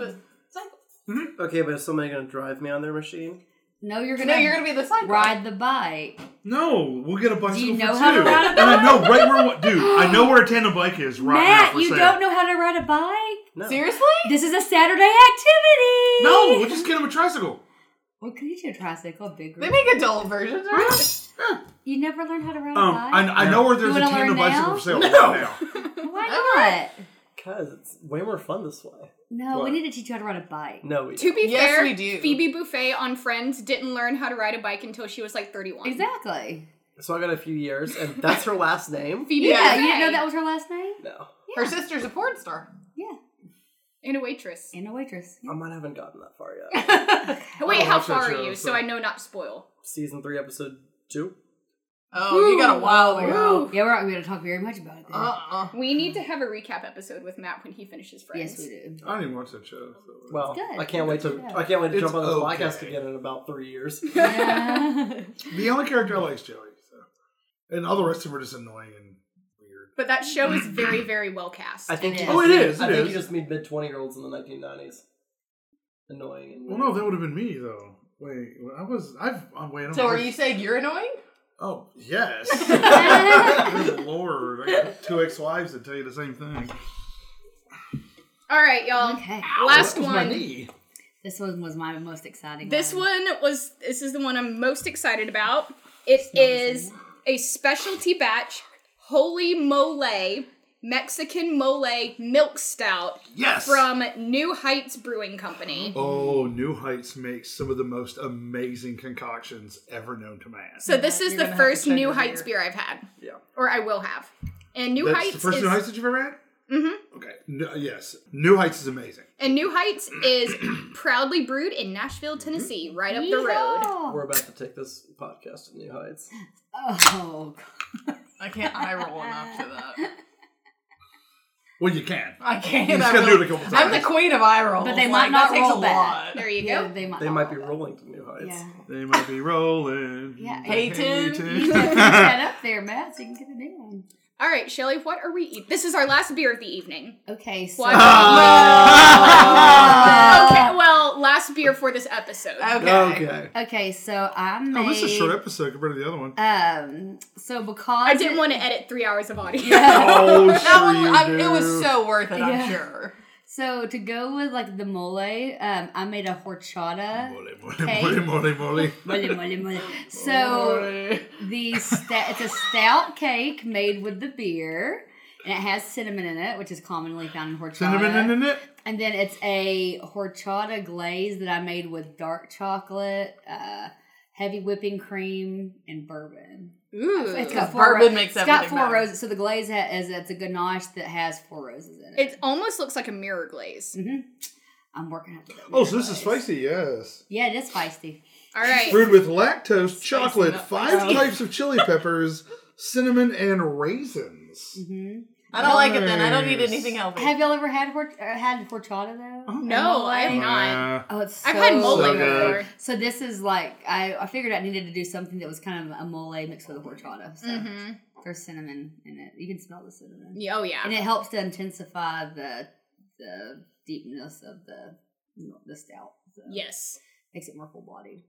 C: Be,
B: okay, but is somebody going to drive me on their machine?
E: No, you're gonna,
C: no, you're gonna be the side
E: ride the bike.
F: No, we'll get a bicycle
E: Do you
F: for
E: know
F: two.
E: how to ride a
F: And I know right where what dude, I know where a tandem bike is right now
E: Matt,
F: for
E: you
F: sale.
E: don't know how to ride a bike?
B: No.
C: Seriously?
E: This is a Saturday activity.
F: No, we'll just get him a tricycle.
E: Well, could you do a tricycle, a big
C: They
E: one?
C: make adult versions, right?
E: You never learn how to ride
F: Um
E: a
F: I,
E: bike.
F: I know where there's a
E: wanna
F: tandem
E: learn
F: bicycle
E: now?
F: for sale right now.
E: Why not?
B: Because it's way more fun this way.
E: No,
F: What?
E: we need to teach you how to ride a bike.
B: No, we
D: To be
C: Yes,
D: fair,
C: we do.
D: Phoebe Buffet on Friends didn't learn how to ride a bike until she was like 31.
E: Exactly.
B: So I got a few years, and that's her last
C: <laughs>
B: name?
D: Phoebe
C: Yeah,
E: Yeah,
D: Buffet
E: you didn't know that was her last name?
B: No.
C: Her sister's a porn star.
E: Yeah,
D: and a waitress.
E: and a waitress.
B: I might haven't gotten that far yet.
E: <laughs>
C: Oh.
D: Wait,
F: I
D: how
F: watched that
D: far are
F: show,
D: you? So
F: so-
D: I know not to spoil.
B: Season 3, Episode 2.
C: Oh, you got a wild ago.
E: oh. Yeah, we're not going to talk very much about it. Then.
C: Uh-uh.
D: We need to have a recap episode with Matt when he finishes Friends.
E: yes, we do.
F: I don't even watch that show. So.
B: Well,
E: Good.
B: I can't wait to
E: Yeah.
B: I can't wait to
F: It's
B: jump on this
F: okay.
B: podcast again in about three years.
E: Yeah. <laughs>
F: the only character I like is Joey, so. and all the rest of them are just annoying and weird.
D: But that show is very, very well cast.
B: I think
E: It is.
B: you just
F: Oh, it
B: mean-
F: is,
B: I
F: it
B: think
F: is.
B: you just mean mid twenty year olds in the nineteen nineties. Annoying. And
F: Well, no, that would have been me though. Wait, I was. I've, oh, I'm waiting.
C: So are you saying you're annoying?
F: Oh
E: <laughs>
F: yes. Good lord, I got two ex-wives that tell you the same thing.
D: All right, y'all.
E: okay.
D: Last
F: That was my
D: one.
F: knee.
E: This one was my most exciting.
D: This one was this is the one I'm most excited about. It is a specialty batch holy mole Mexican mole milk stout
F: Yes.
D: from New Heights Brewing Company.
F: Oh, New Heights makes some of the most amazing concoctions ever known to man.
D: So this is
C: You're
D: the
C: gonna have to
D: first
C: check
D: New
C: your
D: Heights
C: beer.
D: beer I've had.
B: Yeah.
D: Or I will have. And New
F: That's
D: Heights
F: the first
D: is
F: New Heights that you've ever had. Mm-hmm. Okay. No, yes, New Heights is amazing.
D: and New Heights
C: <clears throat>
D: is proudly brewed in Nashville,
C: Mm-hmm.
D: Tennessee, right up the road.
B: We're about to take this podcast to new heights.
E: Oh, <laughs> God.
C: I can't eye roll enough to that.
F: Well, you
C: <laughs>
F: can.
C: I can't.
F: You just
C: I
F: gotta
C: will-
F: do it a couple times.
C: I'm the queen of eye rolls.
E: But they might
C: Like,
E: not
C: that takes
E: roll
C: a
E: back.
C: lot.
D: There you go.
E: Yeah, they might.
B: They
E: not
B: might be
E: all of
B: rolling to new heights.
E: Yeah.
F: They might be rolling.
E: Yeah. <laughs>
C: Peyton.
F: <laughs>
E: that. You need to put that up there, Matt, so you can get it down.
D: All All right, Shelly, what are we eating? This is our last beer of the evening.
E: <laughs> Okay, so.
D: <laughs> What? okay, well, last beer for this episode.
C: Okay.
E: Okay, so I made.
F: Oh, this is a short episode compared to the other one.
E: Um, so because.
D: I didn't want to edit three hours of audio.
F: Oh, sure
C: That one,
F: you
C: I,
F: do.
C: it was so worth it.
E: Yeah.
C: I'm sure.
E: <laughs> So to go with like the mole, um, I made a horchata.
F: Mole, mole,
E: okay.
F: mole, mole, mole.
E: Mole, mole, mole. So the sta- it's a stout cake made with the beer, and it has cinnamon in it, which is commonly found in horchata.
F: Cinnamon in it.
E: And then it's a horchata glaze that I made with dark chocolate, uh, heavy whipping cream, and bourbon.
D: <laughs> Ooh.
E: It's
C: Because
E: got four,
C: bourbon
E: ro-
C: makes
E: it's got
C: everything
E: four
C: better.
E: roses. So the glaze ha- is it's a ganache that has four roses in it.
D: It almost looks like a mirror glaze.
E: hmm I'm working out. the
F: Oh, so this is
E: glaze.
F: spicy. Yes.
E: Yeah, it is feisty.
D: All right.
F: Brewed with lactose, chocolate,
C: up.
F: five types of chili peppers, cinnamon, and raisins.
E: hmm
C: I don't like it then. I don't need
F: Nice.
C: anything healthy.
E: Have y'all ever had hor- uh, had horchata though?
D: Oh, No, I have not.
F: Nah.
E: Oh, it's
D: I've had
E: so
D: mole
F: So
E: good.
F: good.
D: before.
E: So this is like I, I figured I needed to do something that was kind of a mole mixed with a horchata. So
D: hmm
E: there's cinnamon in it. You can smell the cinnamon,
D: Oh yeah.
E: and it helps to intensify the the deepness of the the stout. So
D: Yes.
E: makes it more full bodied.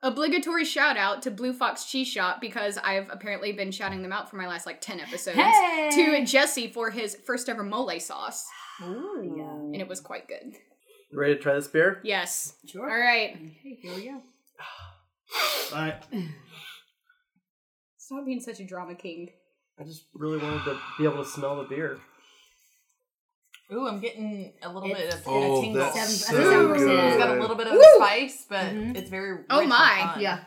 D: Obligatory shout out to Blue Fox Cheese Shop because I've apparently been shouting them out for my last like ten episodes.
E: Hey,
D: To Jesse for his first ever mole sauce,
E: Yum.
D: and it was quite good.
B: Ready to try this beer?
D: Yes. All
E: sure.
D: right.
E: Okay, here we go.
B: All right.
D: Stop being such a drama king.
B: I just really wanted to be able to smell the beer.
C: Ooh, I'm getting a little bit of
E: It's-
C: a
F: Oh,
C: tingle.
F: that's
E: Seven- that's
F: so
E: seven
F: good.
E: percent.
C: It's got a little bit of
D: Woo!
C: spice, but
E: Mhm.
C: it's very rich
D: Oh
C: and
D: my,
C: fun.
E: Yeah,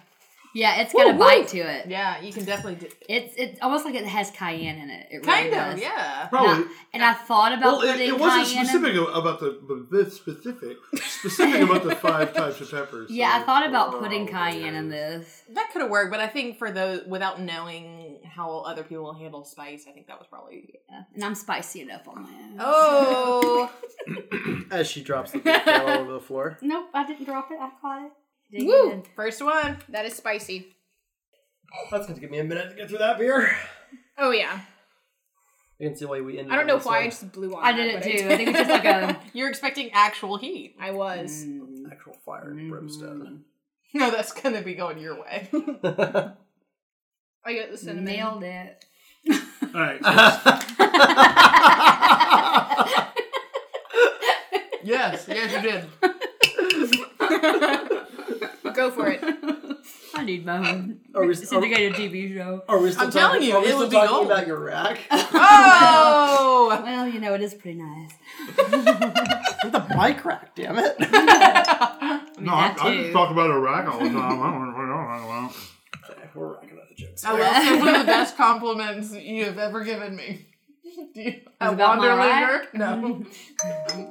E: yeah, it's got
D: Woo,
E: a
D: woo.
E: bite to it.
C: Yeah, you can definitely do.
E: It's it's almost like it has cayenne in it. It
C: Kind
E: really
C: of,
E: does.
C: yeah.
F: Probably.
E: And I thought about
F: Well, it,
E: putting
F: it wasn't
E: cayenne in-
F: specific a- about the, but this specific specific about
E: <laughs>
F: the five types of peppers.
E: Yeah, I
F: so-
E: thought about
F: Oh,
E: putting cayenne in this.
F: yes.
C: That could have worked, but I think for those without knowing how other people handle spice, I think that was probably.
E: Yeah. And I'm spicy enough on my own.
C: <laughs> Oh,
B: As she drops the
D: <laughs>
B: beer down all over the floor.
E: Nope, I didn't drop it. I caught it. Dig
D: Woo!
E: in.
C: first one.
D: That is spicy.
B: That's going to give me a minute to get through that beer.
D: Oh yeah.
B: You can see why we ended
D: I don't
B: on
D: know
B: this
D: why I
B: one.
D: just blew on.
E: I
D: that,
E: did it
D: but
E: too.
D: did.
E: I think it's just like a.
C: <laughs> You're expecting actual heat.
D: I was.
E: Mm.
B: Actual fire and brimstone.
C: No, that's gonna be going your way.
B: <laughs>
D: I got the cinnamon.
E: Nailed it.
F: All right.
B: <laughs>
F: yes, yes, you did.
D: Go for it.
E: I need my own
B: Are we-
E: syndicated TV show.
B: Are we still
C: I'm
B: talking,
C: telling you,
B: are we
C: it
B: still
C: would be
B: talking
C: gold.
B: about your rack?
C: <laughs> Oh,
E: Well, you know, it is pretty nice.
B: the mic rack, damn it.
F: No, I,
E: that
F: I just
E: too.
F: talk about Iraq all the time. I don't know what you're talking about.
B: okay, we're racking up the jokes.
C: I will say one of the best compliments you have ever given me. Do you, a
E: about my
C: Wanderlinger?
E: rack?
C: No,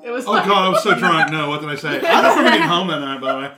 C: it was.
F: Oh
C: like,
F: god, I was so drunk. No, what did I say? I don't remember getting home that night, by the way.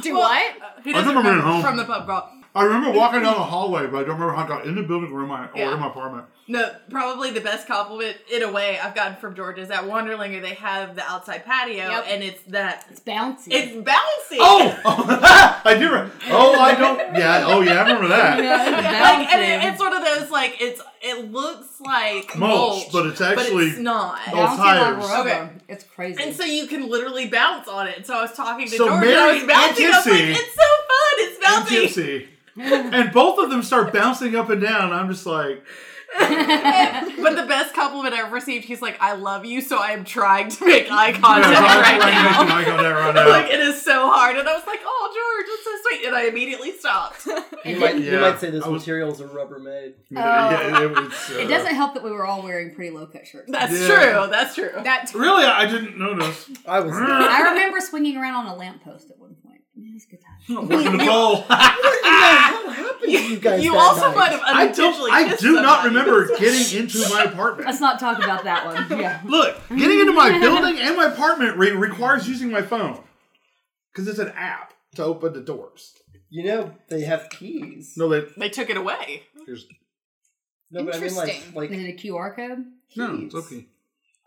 D: Do
C: Well,
D: what?
C: He
F: I
C: doesn't
F: remember
C: remember
F: at home.
C: from the pub crawl.
F: I remember walking down the hallway, but I don't remember how I got in the building or in my, or
C: Yeah.
F: in my apartment.
C: No, probably the best compliment in a way I've gotten from Georgia is that Wanderlinger they have the outside patio
D: Yep.
C: and it's that
E: It's bouncy. <laughs>
C: it's bouncy.
F: Oh, <laughs> I do. Re- oh, I don't. Yeah. Oh, yeah. I
E: <laughs>
F: remember that.
E: Yeah, it's
C: <laughs> like and
E: bouncy.
C: it, it's one of those like it's it looks like mulch,
F: Mulch, but it's
C: but
F: actually
C: it's not.
F: Oh.
E: Bouncy like
F: tires.
E: rubber.
C: Okay.
E: It's crazy. <laughs>
C: And so you can literally bounce on it. So I was talking to
F: So
C: Georgia. I
F: Mary
C: was bouncing.
F: and
C: I was like,
F: Gypsy-
C: it's so fun. It's
F: and
C: bouncy.
F: gypsy. And both of them start bouncing up and down. and I'm just like,
C: <laughs> but the best compliment I've received, he's like, I love you, so I am trying to make eye contact
F: Yeah,
C: right
F: right <laughs>
C: now.
F: now. I got that right
C: <laughs>
F: now.
C: like, it is so hard. And I was like, oh, George, that's so sweet. And I immediately stopped. <laughs>
B: You might, you
F: Yeah.
B: might say this
F: I was-
B: material is a Rubbermaid.
F: Yeah, it, was, uh,
E: oh. it doesn't help that we were all wearing pretty low cut shirts.
C: That's
F: Yeah.
C: true. That's true.
D: That
F: Really, I didn't notice.
B: I was.
E: I remember swinging around on a lamppost at one point. It was a good time. <laughs>
F: Working the bowl. <laughs>
B: what happened to you guys?
C: you
B: that
C: also
B: night?
C: might have
F: I don't.
C: unintentionally
F: I
C: kissed
F: do not
C: somebody.
F: remember getting into my
E: <laughs>
F: apartment.
E: Let's not talk about that one. Yeah.
F: Look, getting into my building and my apartment re- requires using my phone because it's an app to open the doors.
B: You know they have keys.
F: No, they
C: They took it away.
F: here's
B: no but I mean like
D: Interesting.
B: like
E: Is it a QR code?
F: no,
B: keys.
F: it's okay.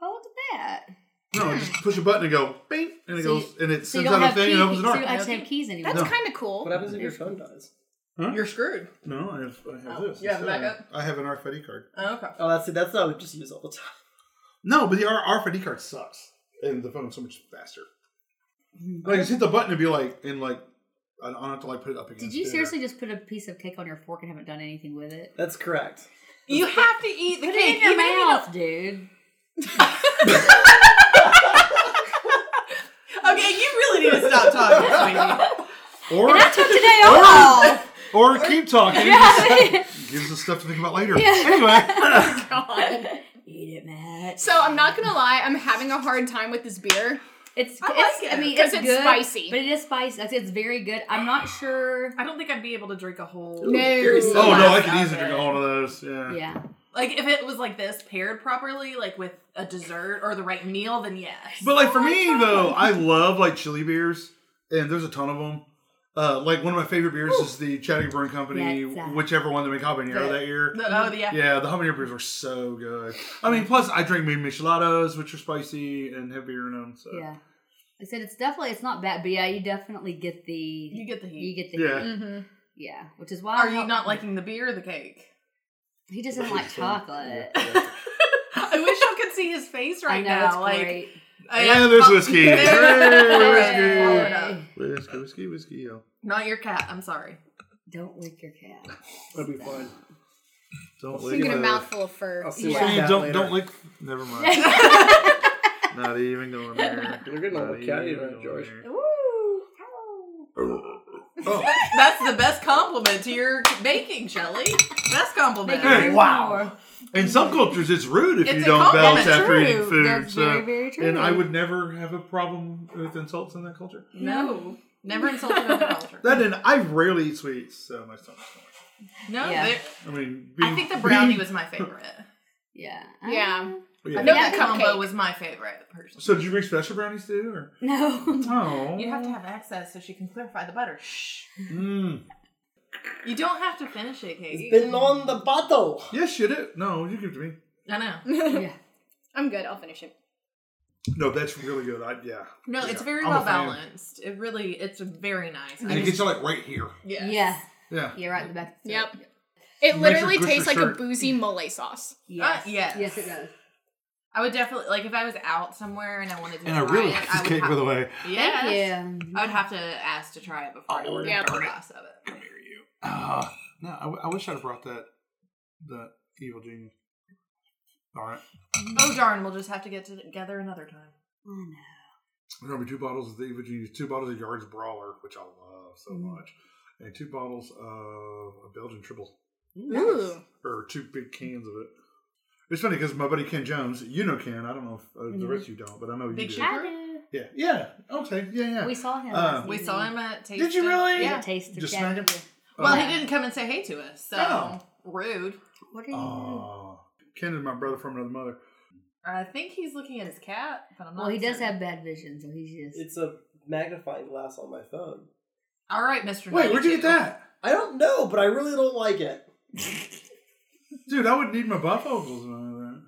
E: Oh, look at that.
F: No, I just push a button and go, bing, and it
E: So you-
F: goes, and it
E: So you
F: sends
E: don't
F: out a
E: have
F: thing
E: keys.
F: and opens the
E: So you don't
F: door.
E: actually have keys anymore.
D: that's
F: No.
D: kind of cool.
B: What happens if your phone dies?
F: Huh?
C: You're screwed.
F: No, I have, I have
C: Oh,
F: this.
C: you have a
F: instead.
C: backup?
F: I have an RFID card.
C: Oh, okay.
B: Oh, that's that's not what we just use all the time.
F: No, but the R- RFID card sucks, and the phone's so much faster.
E: Mm,
F: Like, just hit the button and be like, and like, I don't have to like put it up against.
E: Did you
F: it or-
E: seriously just put a piece of cake on your fork and haven't done anything with it?
B: That's correct.
C: You have to eat the
E: Put it
C: cake.
E: in your
C: even if you
E: mouth, dude.
C: don't- Okay, you really <laughs> need to stop talking. sweetie.
F: Or,
E: And I took today off.
F: or keep talking.
E: Yeah.
F: <laughs> Gives us stuff to think about later.
E: Yeah. <laughs>
F: Anyway, <laughs>
D: God.
E: Eat it, Matt.
D: So I'm not gonna lie, I'm having a hard time with this beer.
E: It's
C: I like
E: it's
C: it,
E: I mean
D: 'cause
E: it's,
D: it's
E: good,
D: spicy.
E: but it is spicy. That's- It's very good. I'm not sure.
C: I don't think I'd be able to drink a whole.
D: No.
C: there's so
F: oh no, I
C: much
F: could
C: of
F: easily
C: it.
F: drink a whole of those. Yeah.
E: Yeah,
C: Like if it was like this paired properly, like with a dessert or the right meal, then yes.
F: But like for me though, I love like chili beers, and there's a ton of them. Uh, like one of my favorite beers is the Chattanooga Brewing Company,
E: Yes, uh,
F: whichever one they make habanero
C: the-
F: that year.
C: The- oh yeah.
F: Yeah, the habanero beers were so good. I mean, plus I drink me micheladas, which are spicy and have beer in them. So
E: yeah. I said it's definitely it's not bad, but yeah, you definitely get the
C: You get the
E: you
C: heat.
E: get the
F: Yeah.
E: heat.
D: Mm-hmm.
E: yeah, which is why
C: Are
E: I-
C: you not liking the beer or the cake?
E: He doesn't like chocolate.
F: Yeah.
C: I wish y'all could see his face right
E: I know
C: now.
E: it's
C: like
E: great.
C: I-
F: Yeah,
C: <laughs>
F: there's whiskey.
C: There-
F: Hey,
C: There-
F: whiskey.
E: Hey,
F: Whiskey, whiskey, whiskey. Yo.
C: Not your cat. I'm sorry. <laughs>
E: Don't lick your cat.
B: That'd be fine.
F: Don't
D: So
F: lick
D: you get a
F: the-
D: mouthful of fur.
B: I'll see
E: Yeah.
B: what
F: See,
B: you got
F: don't
B: later.
F: don't lick. Never mind.
C: <laughs>
F: Not even going there.
B: You're getting a little
F: Not
B: catty
F: even
B: there,
F: going
B: George.
F: there. Oh,
C: That's the best compliment to your baking, Shelly. Best compliment.
E: Make it
F: Hey,
E: drink
F: wow.
E: more.
F: In some cultures, it's rude if
C: It's
F: you
C: a
F: don't belch
C: compliment.
F: after
E: True.
F: eating food.
E: That's
F: so,
E: very, very true.
F: and I would never have a problem with insults in that culture.
C: No. Never insulted another culture.
F: That and I rarely eat sweets, so my stomach's fine.
C: No.
E: Yeah.
C: there-
F: I mean,
C: I think the brownie was my <laughs> favorite.
E: Yeah.
D: Yeah.
F: <laughs> Yeah.
C: I think
D: Yeah,
C: that combo
D: cupcake.
C: was my favorite personally.
F: So, did you make special brownies too? Or?
C: <laughs>
E: No.
F: Oh,
C: you have to have access so she can clarify the butter. Shh.
F: Mm.
C: You don't have to finish it, Katie.
B: It's been on the bottle.
F: Yes, you did. No, you give it to me.
C: I know. <laughs>
E: yeah.
D: I'm good. I'll finish it.
F: No, that's really good. I, yeah,
C: No,
F: Yeah,
C: it's very
F: I'm a
C: well
F: fan.
C: balanced. It really, it's very nice.
F: and it gets you like right here.
C: yes.
E: Yeah.
F: Yeah.
E: Yeah, right in the back.
D: Yep. It
F: Makes
D: literally
F: your- puts
D: tastes
F: your
D: like a
F: shirt.
D: boozy mole sauce.
E: Yes.
C: Uh, yes.
E: Yes, it does.
C: I would definitely like if I was out somewhere and I wanted to.
F: And I
C: try
F: really
C: it,
F: like
C: I
F: this
C: would
F: cake,
C: have,
F: by the way.
C: Yes.
E: Thank you.
C: I would have to ask to try it before I
F: Oh,
C: ordered
D: yeah.
C: a glass of it.
F: Come here, you. Uh, no, I, w- I wish I'd have brought that that evil genius. All right,
C: Oh darn! We'll just have to get together another time.
E: Oh, no.
F: we're gonna be two bottles of the evil genius, two bottles of Yard's Brawler, which I love so
C: Mm-hmm.
F: much, and two bottles of a Belgian triple,
D: Ooh.
F: or two big cans of it. It's funny because my buddy Ken Jones, you know Ken. I don't know if uh, the
E: Mhm.
F: rest of you don't, but I know you
C: Mm-hmm. Big
F: do.
C: Shot?
E: I do.
F: Yeah, yeah, okay, yeah, yeah.
E: We saw him.
F: Uh,
E: last
C: We
E: evening.
C: saw him at Taste.
F: Did you
C: of-
F: really?
E: Yeah.
C: Yeah.
E: Taste of
F: Just smack him?
E: Chattanooga.
C: Well,
F: Uh,
C: he didn't come and say hey to us, so
F: Oh.
C: rude.
E: What are
C: Mm-hmm.
E: you?
F: uh, Ken is my brother from another mother.
C: I think he's looking at his cat, but I'm not.
E: well, he does
C: certain.
E: have bad vision, so he's just.
B: It's a magnifying glass on my phone.
C: All right, Mister.
F: Wait, where'd you get that?
B: I don't know, but I really don't like it.
F: Dude, I would need my bifocals and all that.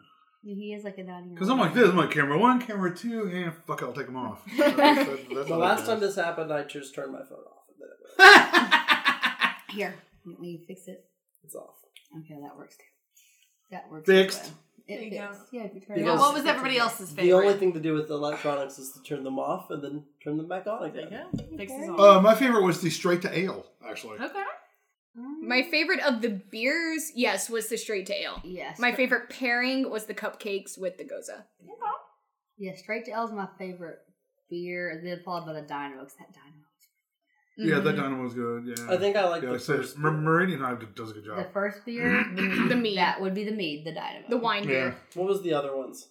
E: He is like a ninety.
F: Because I'm like this, I'm like camera one, camera two, and fuck it, I'll take them off. That's- that's- that's
B: The
F: what
B: last
F: I
B: time
F: do.
B: this happened, I just turned my phone off and then it went.
C: <laughs>
E: Here, let me fix it.
B: It's off.
E: Okay, that works too. That works.
F: Fixed.
E: as well.
C: There
E: It
C: you go.
E: fixed. Yeah, if you turn it
B: Because-
C: Well,
E: off,
C: what was
E: it fixes
C: everybody
E: it.
C: else's favorite?
B: The only thing to do with electronics is to turn them off and then turn them back on
C: There you
B: again.
C: go. Fixes all.
F: Uh, my favorite was the straight to ale, actually.
C: okay.
E: Mm-hmm.
D: My favorite of the beers, yes, was the straight to ale.
E: Yeah.
D: My
E: stra-
D: favorite pairing was the cupcakes with the goza.
E: Yeah, straight to L is my favorite beer, and then followed by the Dynamo. 'cause that Dynamo.
F: Yeah,
D: Mm-hmm.
F: that dynamo was good. Yeah.
B: I think I like
F: yeah,
B: the
F: like I said,
B: first.
F: Mar- Meridian Hive did- does a good
E: The
F: job.
E: first
F: <clears throat>
E: beer, the,
D: The mead.
E: That would be the mead, the Dynamo.
D: the wine
F: Yeah.
D: beer.
B: What was the other ones?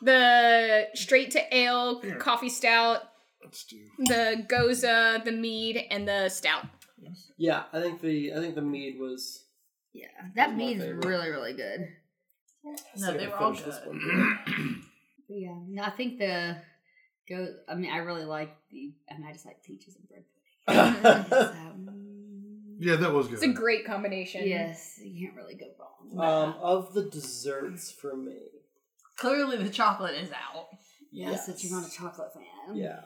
D: The straight to ale,
F: Here.
D: coffee stout,
F: Let's do.
D: the goza, the mead, and the stout.
B: Yeah, I think the I think the mead was.
E: Yeah, that
B: was my
E: mead's
B: favorite.
E: really, really good.
C: No,
B: I
C: they
B: gotta
C: were all
B: finish
C: good. <laughs>
B: one. <laughs>
E: But yeah, no, I think the go. I mean, I really like the. I mean, I just like peaches and bread pudding.
B: <laughs>
E: so, mm,
F: <clears throat> Yeah, that was good.
D: It's a great combination.
E: yes, you can't really go wrong.
B: um, of the desserts for me.
C: Clearly, the chocolate is out.
E: yes,
B: yes.
E: if you're not a chocolate fan.
B: Yeah.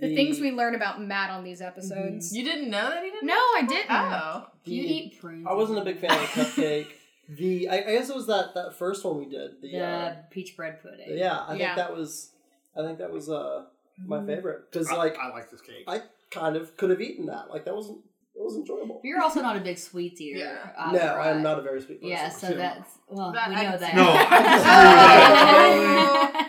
D: The, things we learn about Matt on these episodes.
C: You didn't know that he
F: Mm-hmm.
C: didn't.
D: No, I didn't.
C: Oh.
B: the-
E: you eat prunes.
B: Mm. I wasn't a
E: <laughs>
B: big fan of the cupcake. The I, I guess it was that that first one we did. The uh,
E: The peach bread pudding.
B: yeah, I
D: Yeah.
B: think that was I think that was uh
E: Mm.
B: my favorite because like
F: I, I like this cake.
B: I kind of could have eaten that. Like that wasn't it was enjoyable.
E: You're also not a big sweets eater.
C: Yeah.
E: uh,
B: no,
E: right.
B: I'm not a very sweet person.
E: Yeah, so
F: Yeah.
E: that's well,
C: That
E: we
C: I
E: know
C: can
E: that.
C: see.
F: No, I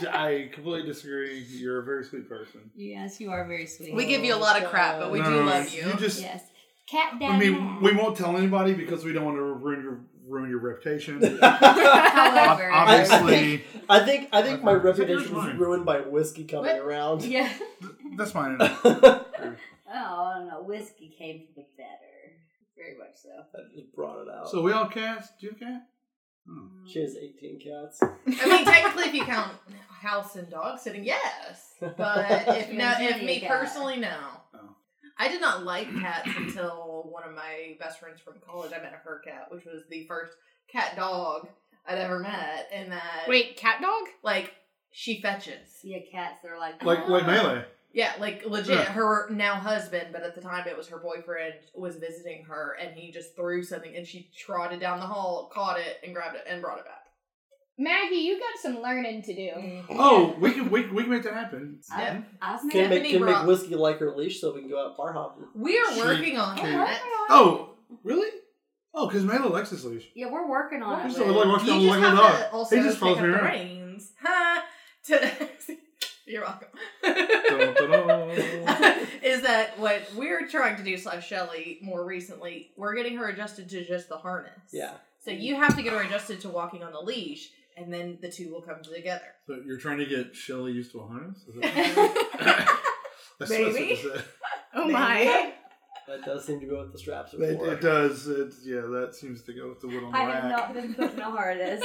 E: <laughs>
F: I completely disagree. You're a very sweet person.
E: yes, you are very sweet.
C: We give you a lot of crap, but we do love you.
F: You just.
E: yes, cat dad.
F: I mean,
E: Matt.
F: we won't tell anybody because we don't want to ruin your ruin your reputation.
D: However,
F: Ob-
B: <laughs> I-
F: Obviously,
B: I think I
F: <laughs>
B: think my
F: Is that yours or
B: reputation was
F: mine?
B: ruined by whiskey coming
E: What?
B: <laughs> around.
E: <laughs> yeah.
F: that's fine enough.
E: Oh, I don't know. Whiskey came to the better, very much so.
B: I just brought it out.
F: So we all cats. Do you have cat?
B: she has 18 cats.
C: I mean, technically, if you count house and dog sitting, yes. But if no, if me personally, no.
F: Oh.
C: I did not like cats until one of my best friends from college. I met her cat, which was the first cat dog I'd ever met, and that
D: wait, cat dog?
C: like she fetches.
E: Yeah, cats. They're like
F: Like like melee.
C: Yeah, like legit.
F: Yeah.
C: Her now husband, but at the time it was her boyfriend, was visiting her, and he just threw something, and she trotted down the hall, caught it, and grabbed it, and brought it back.
D: Maggie, you got some learning to do.
F: Oh, we can we, we can make that happen.
E: I, I've made
B: Can
E: a-
B: make
C: Stephanie
B: can make
C: brought-
B: whiskey like her leash so we can go out bar hopping.
C: We are
F: She-
C: working on
E: We're working
C: that.
E: on it.
F: Oh, really? Oh, because Mela likes this leash.
E: yeah, we're working on
F: She's
E: it. but-
F: like, like,
C: You
F: walks down
C: just
F: like a
C: have
F: dog.
C: to also
F: He just
C: pick
F: follows
C: up
F: me
C: the
F: around.
C: reins. <laughs> Huh? To, <laughs> you're welcome. <laughs>
F: Da-da-da.
C: is that what we're trying to do slash Shelly more recently? We're getting her adjusted to just the harness.
B: Yeah.
C: So you have to get her adjusted to walking on the leash, and then the two will come together.
F: <laughs> So you're trying to get Shelly used to a harness? Is that-
C: <laughs> it
F: that's, that's what
C: Maybe.
F: you said.
D: Oh my.
B: That does seem to be what the straps are
F: It,
B: for.
F: it does. It, yeah, that seems to go with the wood on the
E: I
F: rack.
E: have not been put in a <laughs> harness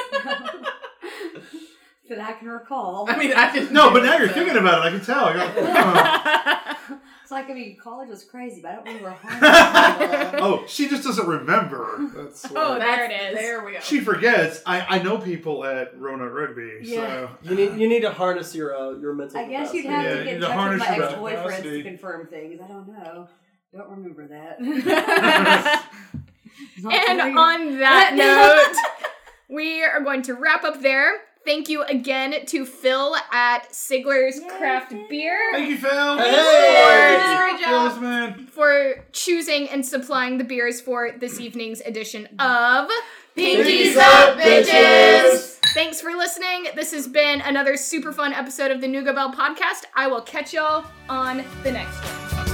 E: that I can <laughs> recall.
C: I mean, I didn't.
F: No,
C: do
F: but
C: it,
F: now you're
C: so-
F: thinking about it. I can tell. I go,
B: <laughs>
E: It's like I mean, college was crazy, but I don't <laughs> remember a
F: <laughs>
E: harness.
F: oh, she just doesn't remember. That's
D: Oh,
F: why.
D: there it
C: That's-
D: is.
C: There we go.
F: she forgets. I, I know people at Roanoke Rugby,
E: Yeah.
F: so
B: You need you need to harness your uh, your mental.
E: I guess you'd have
B: capacity.
F: Yeah,
E: to
F: you
E: get in
F: need to
E: touch with
F: harness
E: my
F: your
E: ex-boyfriends
F: capacity.
E: to confirm things. I don't know. Don't remember <laughs> that. Not
D: <laughs> And
E: familiar.
B: <laughs>
D: on that note, we are going to wrap up there. Thank you again to Phil at Sigler's Craft Beer
F: <laughs> thank you, Phil.
B: Hey!
D: Great job.
F: Phil's man.
D: for choosing and supplying the beers for this evening's edition of
B: Pinkies Up, bitches!
D: Thanks for listening. This has been another super fun episode of the Nougat Bell podcast. I will catch y'all on the next one.